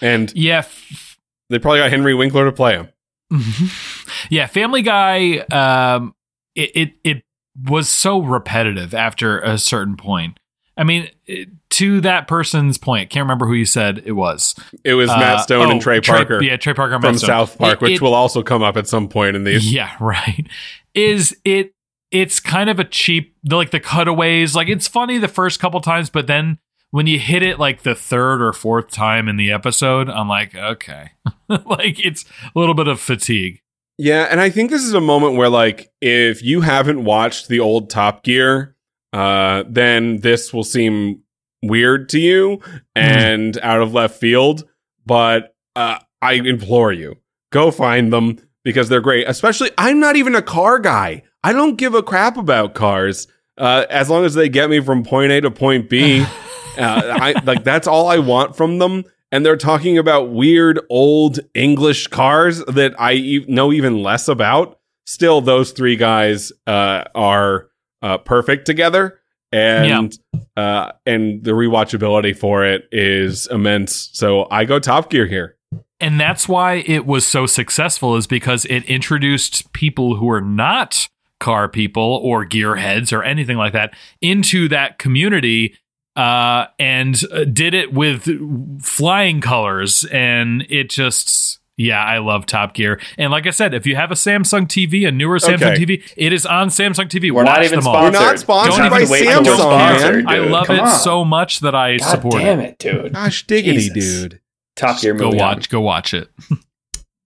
S1: and
S2: Yeah. f-
S1: they probably got Henry Winkler to play him.
S2: Mhm. yeah, Family Guy. Um, it, it it was so repetitive after a certain point. I mean, it- to that person's point, can't remember who you said it was.
S1: It was Matt
S2: Uh,
S1: Stone
S2: oh,
S1: and Trey Parker
S2: Yeah, Trey Parker and
S1: from
S2: Matt Stone.
S1: South Park,
S2: It-
S1: which
S2: it-
S1: will also come up at some point in these.
S2: Yeah, right. Is it? It's kind of a cheap, the- like the cutaways. Like it's funny the first couple times, but then when you hit it like the third or fourth time in the episode, I'm like, okay, like it's a little bit of fatigue.
S1: Yeah, and I think this is a moment where like if you haven't watched the old Top Gear, uh, then this will seem weird to you
S2: Mm-hmm.
S1: and out of left field. But uh, I implore you, go find them because they're great. Especially, I'm not even a car guy. I don't give a crap about cars uh, as long as they get me from point A to point
S3: E.
S1: B. uh, I like that's all I want from them. And they're talking about weird old English cars that I e- know even less about. Still, those three guys uh, are uh, perfect together, and uh, and the rewatchability for it is immense. So I go Top Gear here.
S2: And that's why it was so successful, is because it introduced people who are not car people or gearheads or anything like that into that community uh, and uh, did it with flying colors. And it just, yeah, I love Top Gear. And like I said, if you have a Samsung TV, a newer Samsung
S1: Okay.
S2: TV, it is on Samsung TV.
S3: We're
S2: Watch
S3: not even
S2: them all.
S3: sponsored.
S1: We're not sponsored
S2: by
S3: even wait until we're
S2: Samsung, man.
S3: sponsored,
S2: I
S3: dude.
S2: love
S3: Come
S2: it
S3: on.
S2: so much that I
S3: God
S2: support
S3: damn
S2: it.
S3: it, dude.
S1: Gosh, diggity,
S3: Jesus.
S1: dude.
S3: Top Gear
S2: Go
S3: movie.
S2: watch, go watch it.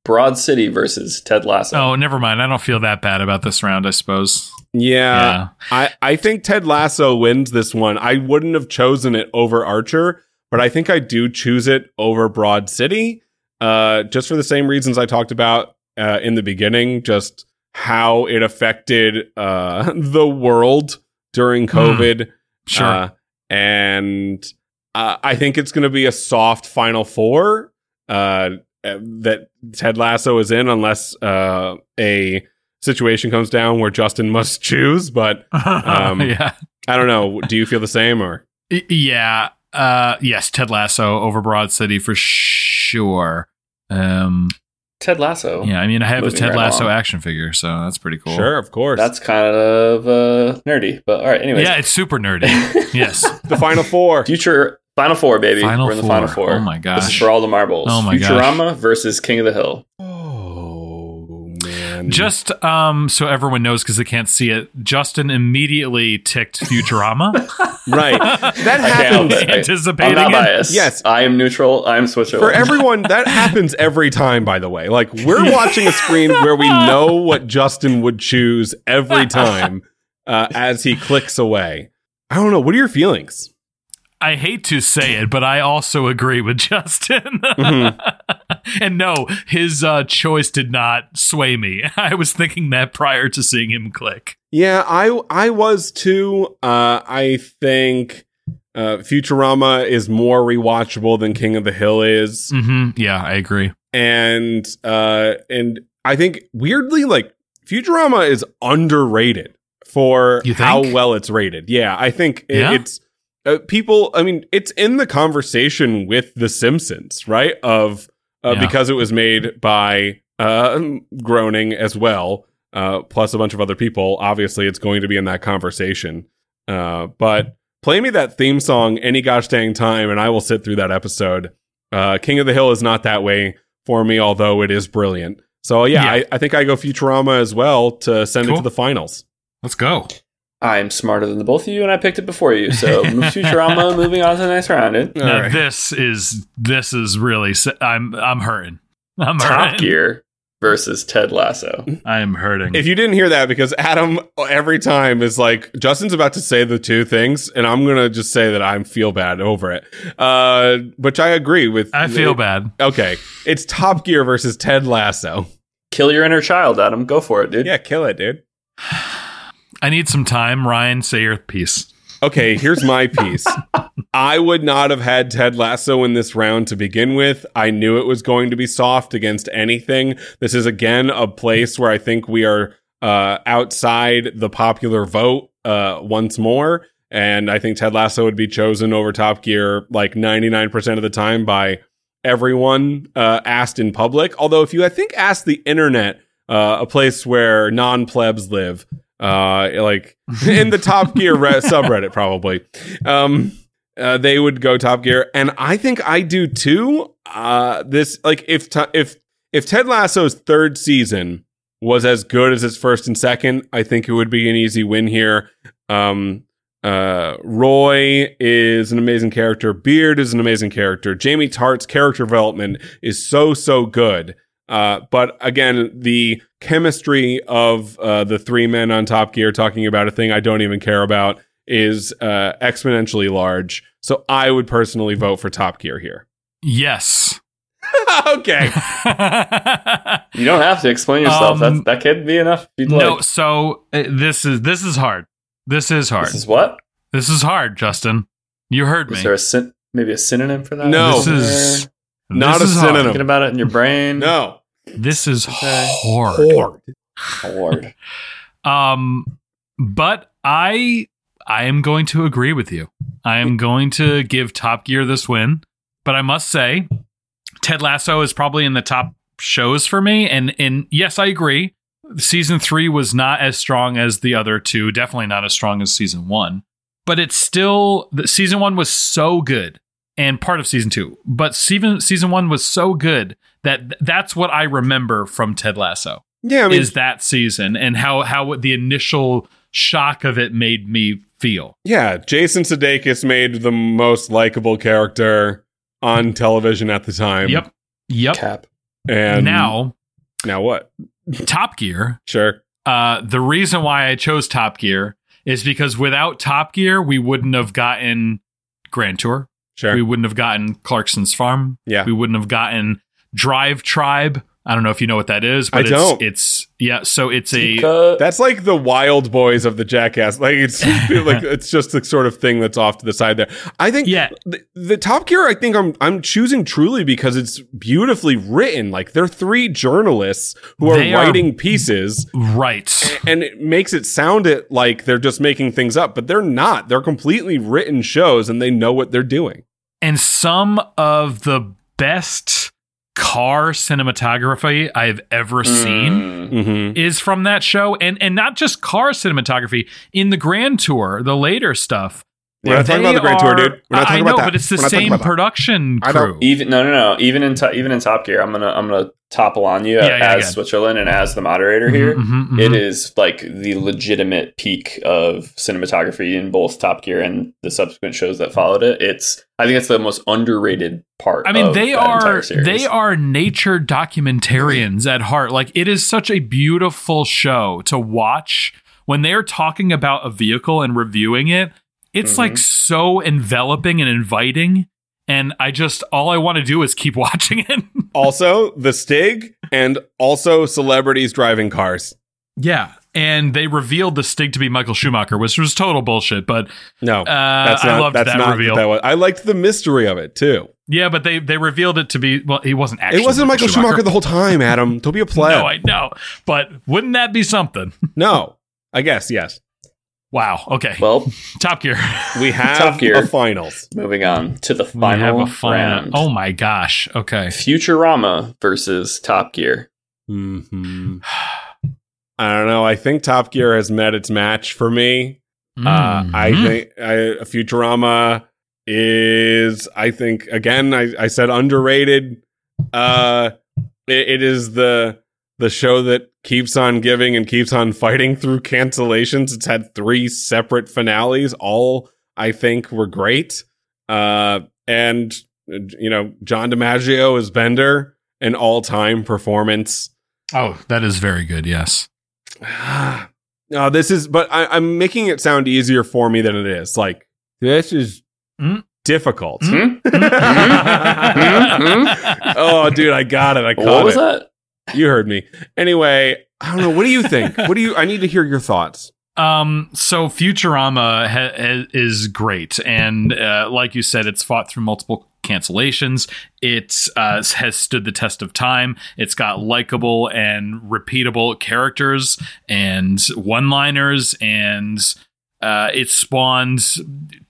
S3: Broad City versus Ted Lasso.
S2: Oh, never mind. I don't feel that bad about this round, I suppose.
S1: yeah.
S2: yeah.
S1: I, I think Ted Lasso wins this one. I wouldn't have chosen it over Archer, but I think I do choose it over Broad City, uh, just for the same reasons I talked about uh, in the beginning, just how it affected uh, the world during COVID.
S2: Sure.
S1: Uh, and uh, I think it's going to be a soft final four uh, that Ted Lasso is in, unless uh, a situation comes down where Justin must choose. But um,
S2: yeah.
S1: I don't know. Do you feel the same or?
S2: Y- Yeah. Uh, yes, Ted Lasso over Broad City for sure. Um,
S3: Ted Lasso.
S2: yeah, I mean, I have a
S3: Moving
S2: Ted
S3: right
S2: Lasso
S3: along.
S2: action figure, so that's pretty cool.
S1: Sure, of course.
S3: That's kind of uh, nerdy, but all right. Anyways,
S2: Yeah, it's super nerdy. yes.
S1: the final four.
S3: future Final Four, baby.
S2: Final
S3: We're in the
S2: Four.
S3: Final Four.
S2: Oh my
S3: This is
S2: gosh.
S3: for all the marbles.
S2: Oh my gosh.
S3: Futurama versus King of the Hill.
S1: oh man.
S2: Just um, so everyone knows because they can't see it, Justin immediately ticked Futurama,
S1: right. That
S3: Okay,
S1: happens.
S3: I'll- I'm
S2: anticipating
S3: not
S2: it.
S3: biased.
S1: Yes.
S3: I am neutral. I am Switzerland.
S1: For everyone, that happens every time, by the way. Like, we're watching a screen where we know what Justin would choose every time uh, as he clicks away. I don't know. What are your feelings?
S2: I hate to say it, but I also agree with Justin.
S1: Mm-hmm.
S2: and no, his uh, choice did not sway me. I was thinking that prior to seeing him click.
S1: Yeah, I I was too. Uh, I think uh, Futurama is more rewatchable than King of the Hill is.
S2: Mm-hmm. Yeah, I agree.
S1: and uh and I think weirdly like Futurama is underrated for
S2: You think?
S1: how well it's rated. Yeah, I think it,
S2: Yeah?
S1: it's uh, people. I mean, it's in the conversation with The Simpsons, right? Of uh,
S2: Yeah.
S1: because it was made by uh, Groening as well, uh, plus a bunch of other people. Obviously, it's going to be in that conversation. Uh, but play me that theme song any gosh dang time, and I will sit through that episode. Uh, King of the Hill is not that way for me, although it is brilliant. So yeah,
S2: Yeah.
S1: I, I think I go Futurama as well to send it
S2: Cool.
S1: to the finals.
S2: Let's go.
S3: I'm smarter than the both of you, and I picked it before you. So Futurama, moving on to the next round. And
S2: Now,
S1: Alright.
S2: this is this is really s- I'm I'm hurting. I'm
S3: Top
S2: hurting.
S3: Gear versus Ted Lasso.
S2: I'm hurting.
S1: If you didn't hear that, because Adam every time is like, Justin's about to say the two things, and I'm gonna just say that I feel bad over it. Uh, which I agree with.
S2: I feel bad.
S1: Okay, it's Top Gear versus Ted Lasso.
S3: Kill your inner child, Adam. Go for it, dude.
S1: Yeah, kill it, dude.
S2: I need some time, Ryan. Say your piece.
S1: Okay, here's my piece. I would not have had Ted Lasso in this round to begin with. I knew it was going to be soft against anything. This is again a place where I think we are uh, outside the popular vote uh, once more, and I think Ted Lasso would be chosen over Top Gear like 99% of the time by everyone uh, asked in public. Although, if you I think asked the internet, uh, a place where non plebs live, uh, like in the Top Gear re- subreddit, probably. Um, uh, they would go Top Gear, and I think I do too. Uh, this like if t- if if Ted Lasso's third season was as good as its first and second, I think it would be an easy win here. Um, uh, Roy is an amazing character. Beard is an amazing character. Jamie Tart's character development is so so good. Uh, but again, the chemistry of uh, the three men on Top Gear talking about a thing I don't even care about is uh, exponentially large. So I would personally vote for Top Gear here.
S2: Yes.
S1: okay.
S3: You don't have to explain yourself.
S2: Um,
S3: That's, that can be enough. If you'd
S2: no.
S3: like.
S2: So uh, this is this is hard. This is hard.
S3: This is what?
S2: This is hard, Justin. You heard me.
S3: Is there a syn- maybe a synonym for that?
S1: No.
S2: This is
S1: Not
S2: this
S1: a
S2: is hard.
S1: synonym.
S3: Thinking about it in your brain.
S1: No.
S2: This is hard.
S3: Award.
S2: Um, but I I am going to agree with you. I am going to give Top Gear this win. But I must say, Ted Lasso is probably in the top shows for me. And and yes, I agree. Season three was not as strong as the other two. Definitely not as strong as season one. But it's still the- season one was so good, and part of season two. But season season one was so good that that's what I remember from Ted Lasso
S1: Yeah, I mean,
S2: is that season and how how the initial shock of it made me feel.
S1: yeah, Jason Sudeikis made the most likable character on television at the time.
S2: Yep. Yep.
S3: Cap.
S1: And
S2: now,
S1: now what?
S2: Top Gear.
S1: Sure.
S2: Uh, the reason why I chose Top Gear is because without Top Gear, we wouldn't have gotten Grand Tour.
S1: Sure.
S2: We wouldn't have gotten Clarkson's Farm.
S1: Yeah.
S2: We wouldn't have gotten Drive Tribe. I don't know if you know what that is, but
S1: I
S2: it's,
S1: don't.
S2: it's yeah. So it's a
S3: Cut.
S1: That's like the wild boys of the jackass. Like it's like it's just the sort of thing that's off to the side there. I think
S2: Yeah.
S1: the, the Top Gear I think I'm I'm choosing truly because it's beautifully written. Like they're three journalists who are
S2: They are-
S1: writing pieces
S2: right.
S1: and it makes it sound it like they're just making things up, but they're not. They're completely written shows and they know what they're doing.
S2: and some of the best car cinematography I've ever seen
S3: Mm.
S1: Mhm.
S2: is from that show and and not just car cinematography in the Grand Tour, the later stuff.
S1: We're not talking
S2: they
S1: about the Grand Tour,
S2: are-
S1: dude. We're not
S2: I
S1: talking
S2: know,
S1: about that.
S2: but it's the
S1: We're not talking
S2: same
S1: about that.
S2: production
S1: I don't
S2: crew.
S3: Even no, no, no. Even in to, even in Top Gear, I'm gonna I'm gonna topple on you
S2: Yeah, yeah,
S3: as
S2: yeah.
S3: Switzerland and as the moderator here.
S2: Mhm, mhm,
S3: It
S2: mhm.
S3: is like the legitimate peak of cinematography in both Top Gear and the subsequent shows that followed it. It's I think it's the most underrated part.
S2: I mean,
S3: of
S2: they
S3: that entire
S2: are
S3: series.
S2: they are nature documentarians at heart. Like it is such a beautiful show to watch when they're talking about a vehicle and reviewing it. It's
S3: Mhm.
S1: Mm-hmm.
S2: like so enveloping and inviting, and I just all I want to do is keep watching it.
S1: also the Stig and also celebrities driving cars.
S2: yeah, and they revealed the Stig to be Michael Schumacher, which was total bullshit. But
S1: No.
S2: uh,
S1: that's not,
S2: I loved
S1: that's
S2: that
S1: not
S2: reveal.
S1: That was, I liked the mystery of it too.
S2: yeah, but they they revealed it to be well, he wasn't actually.
S1: it wasn't Michael Schumacher. the whole time, Adam. Don't be a pleb.
S2: no, I know, but wouldn't that be something?
S1: No. I guess yes.
S2: Wow. Okay.
S3: well.
S2: Top Gear.
S1: We have
S3: Top Gear.
S1: a finals.
S3: Moving on to the
S2: We have
S3: final
S2: a final-
S3: round.
S2: Oh my gosh. Okay.
S3: Futurama versus Top Gear.
S1: Mm-hmm. I don't know. I think Top Gear has met its match for me. Uh, I
S2: Mhm.
S1: think I, Futurama is. I think again. I, I said underrated. Uh, it- it is the the show that keeps on giving and keeps on fighting through cancellations. It's had three separate finales. All I think were great. Uh, and uh, you know, John DiMaggio as Bender, an all-time performance.
S2: Oh, that is very good. Yes.
S1: no, this is, but I, I'm making it sound easier for me than it is. Like this is
S2: Mm.
S1: difficult.
S3: Hmm?
S2: Mm. Hmm?
S1: oh, dude, I got it. I caught
S3: Mm. what was
S1: it.
S3: that?
S1: You heard me. Anyway, I don't know. What do you think? What do you? I need to hear your thoughts.
S2: Um, so Futurama ha- ha- is great, and uh, like you said, it's fought through multiple cancellations. It uh, has stood the test of time. It's got likable and repeatable characters and one-liners, and uh, it spawned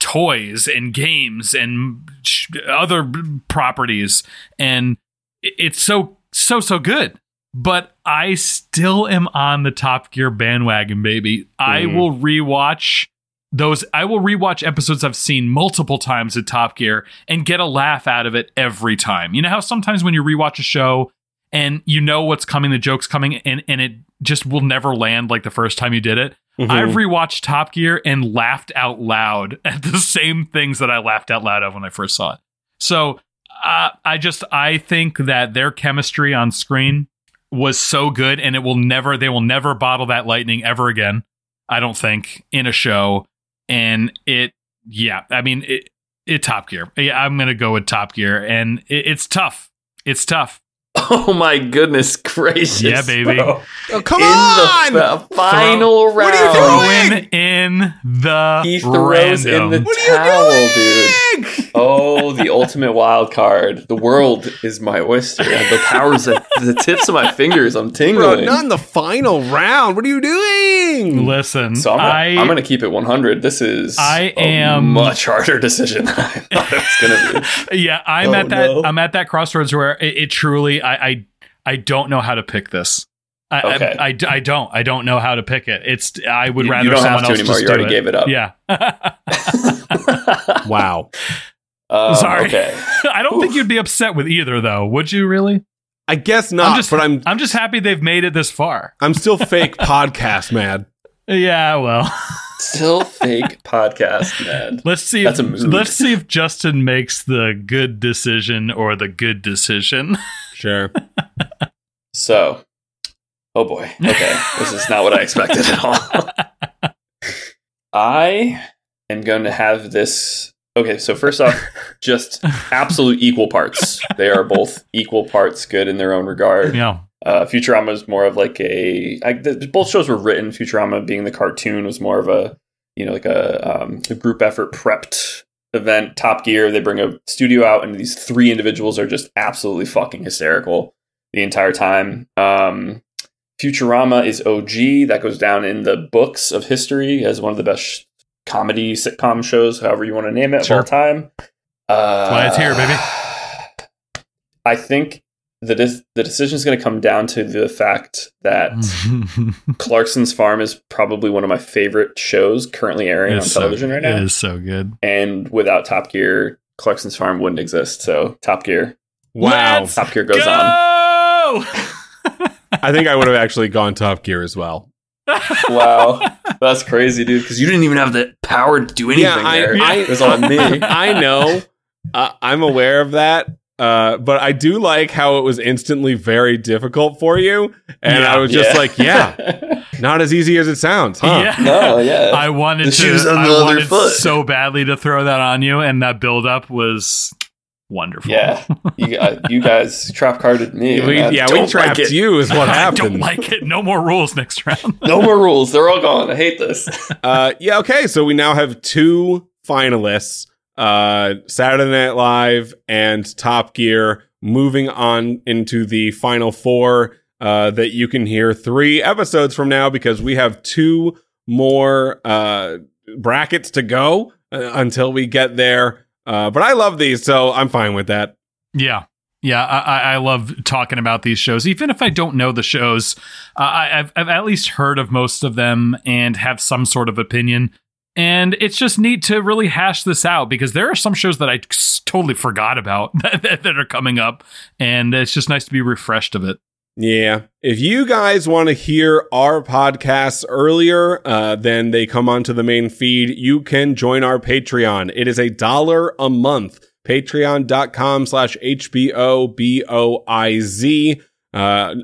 S2: toys and games and sh- other b- properties, and i- it's so so so good but I still am on the Top Gear bandwagon, baby. I
S1: Mm.
S2: will rewatch those. I will rewatch episodes I've seen multiple times at Top Gear and get a laugh out of it every time. You know how sometimes when you rewatch a show and you know what's coming, the joke's coming, and, and it just will never land like the first time you did it?
S1: Mm-hmm.
S2: I've rewatched Top Gear and laughed out loud at the same things that I laughed out loud of when I first saw it. So uh, I just I think that their chemistry on screen was so good, and it will never they will never bottle that lightning ever again. I don't think in a show, and it yeah I mean it, it Top Gear. Yeah, I'm gonna go with Top Gear, and it, it's tough. It's tough.
S3: Oh my goodness gracious!
S2: Yeah, baby.
S3: bro.
S1: Oh, come
S3: In
S1: on!
S3: the f- final
S1: What
S3: round,
S1: are you doing?
S2: Win in the
S3: he throws
S2: random.
S3: in the
S1: what
S3: towel,
S1: are you doing?
S3: dude. Oh, the ultimate wild card. The world is my oyster. The powers at the tips of my fingers. I'm
S1: Bro,
S3: tingling.
S1: not in the final round. What are you doing?
S2: Listen,
S3: so I'm gonna,
S2: I-
S3: am gonna keep it 100. This is
S2: I
S3: a
S2: am-
S3: much harder decision than I thought it was gonna be.
S2: yeah i'm
S3: Oh,
S2: at that
S3: no.
S2: i'm at that crossroads where it, it truly I, I i don't know how to pick this I, I-
S3: Okay.
S2: I, d- I don't I don't know how to pick it. It's I would
S3: You- you
S2: rather
S3: don't have
S2: someone
S3: to
S2: else
S3: anymore.
S2: just
S3: You
S2: do
S3: already gave it up.
S2: Yeah,
S1: Wow.
S3: Um,
S2: Sorry.
S3: Okay.
S2: I don't think you'd be upset with either though, would you? Really?
S1: I guess not.
S2: I'm just
S1: but I'm
S2: I'm just happy they've made it this far.
S1: I'm still fake podcast mad.
S2: Yeah, well,
S3: Still fake podcast, man.
S2: let's see.
S3: That's
S2: if,
S3: a mood.
S2: let's see if Justin makes the good decision or the good decision.
S1: Sure.
S3: So, oh boy. Okay. this is not what I expected at all. I am going to have this. Okay. So, first off, just absolute equal parts. They are both equal parts good in their own regard.
S2: yeah,
S3: Uh, Futurama is more of like a. I, the, both shows were written. Futurama being the cartoon was more of a, you know, like a, um, a group effort prepped event. Top Gear, they bring a studio out, and these three individuals are just absolutely fucking hysterical the entire time. Um, Futurama is OG. That goes down in the books of history as one of the best comedy sitcom shows, however you want to name it,
S2: Sure.
S3: of all time. Uh,
S2: why it's here, baby.
S3: I think the dis- the decision is going to come down to the fact that
S1: Mm.
S3: Clarkson's Farm is probably one of my favorite shows currently airing on
S2: It's so-
S3: television right now.
S2: It is so good.
S3: And without Top Gear, Clarkson's Farm wouldn't exist. So Top Gear,
S1: Wow.
S2: Let's
S3: Top Gear goes
S2: Go!
S3: on.
S1: I think I would have actually gone Top Gear as well.
S3: Wow, that's crazy, dude. Because you didn't even have the power to do anything
S1: Yeah, I-
S3: there.
S1: I-
S3: it was all me.
S1: I know. Uh, I'm aware of that. Uh, but I do like how it was instantly very difficult for you. And
S2: Yeah.
S1: I was just like, yeah, not as easy as it sounds, huh?
S2: Yeah.
S3: no, yeah.
S2: I wanted
S3: The
S2: to.
S3: shoe's on the
S2: I
S3: other
S2: wanted
S3: foot.
S2: so badly to throw that on you, and that build up was wonderful.
S3: yeah, you, I, you guys trap carded me.
S1: We,
S3: and I
S1: yeah,
S3: don't
S1: we
S3: like
S1: trapped
S3: it.
S1: you is what
S2: I
S1: happened.
S2: don't like it. No more rules next round.
S3: No more rules. They're all gone. I hate this.
S1: uh, yeah, okay. So we now have two finalists uh, Saturday Night Live and Top Gear moving on into the final four uh, that you can hear three episodes from now because we have two more uh, brackets to go uh, until we get there. Uh, but I love these, so I'm fine with that.
S2: yeah, yeah. I, I- I love talking about these shows, even if I don't know the shows. Uh, I, I've, I've at least heard of most of them and have some sort of opinion. And it's just neat to really hash this out because there are some shows that I s- totally forgot about that, that are coming up, and it's just nice to be refreshed of it.
S1: Yeah. If you guys want to hear our podcasts earlier uh, than they come onto the main feed, you can join our Patreon. It is a dollar a month. Patreon.com slash H-B-O-B-O-I-Z. Uh,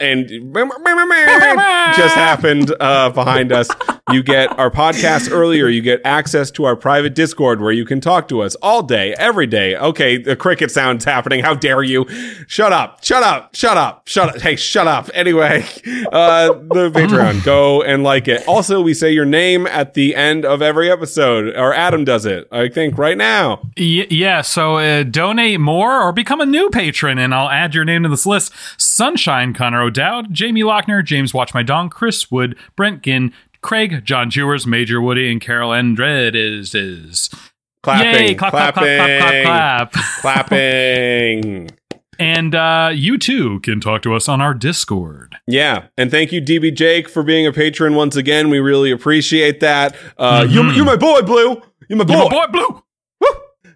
S1: and just happened uh, behind us. You get our podcast earlier. You get access to our private Discord where you can talk to us all day, every day. Okay, the cricket sound's happening. How dare you? Shut up! Shut up! Shut up! Shut up! Hey, shut up! Anyway, uh, the Patreon. Go and like it. Also, we say your name at the end of every episode, or Adam does it. I think right now.
S2: Y- yeah, so uh, donate more or become a new patron, and I'll add your name to this list. Sunshine, Connor O'Dowd, Jamie Lochner, James Watch My Dong, Chris Wood, Brent Ginn, Craig, John Jewers, Major Woody, and Carol Andred is is
S1: Clapping,
S2: Yay, clap, clap,
S1: clapping,
S2: clap, clap, clap, clap.
S1: clapping.
S2: And uh, you too can talk to us on our Discord.
S1: Yeah, and thank you, DB Jake, for being a patron once again. We really appreciate that. Uh,
S2: Mhm.
S1: you, you're my boy, Blue. You're my boy.
S2: You my boy Blue.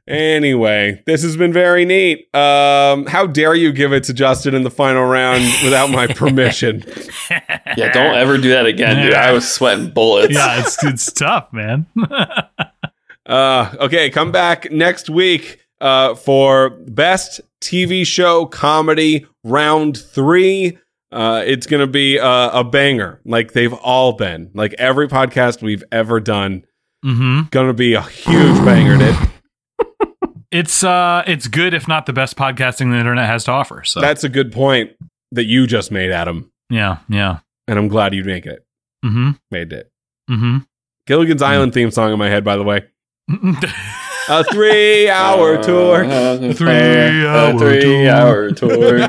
S1: Anyway, this has been very neat. Um, how dare you give it to Justin in the final round without my permission?
S3: Yeah, don't ever do that again, dude. I was sweating bullets.
S2: Yeah, it's it's tough, man.
S1: Uh, okay, come back next week uh, for best TV show comedy round three. Uh, it's gonna be uh, a banger, like they've all been, like every podcast we've ever done.
S2: hmm
S1: Gonna be a huge banger. Dude.
S2: It's uh, it's good if not the best podcasting the internet has to offer. So
S1: That's a good point that you just made, Adam,
S2: yeah, yeah.
S1: and I'm glad you make it.
S2: hmm
S1: Made it.
S2: hmm
S1: Gilligan's Island theme song in my head, by the way.
S2: Three
S1: A three-hour tour.
S3: Uh,
S2: hour
S3: a three
S2: tour.
S3: hour tour.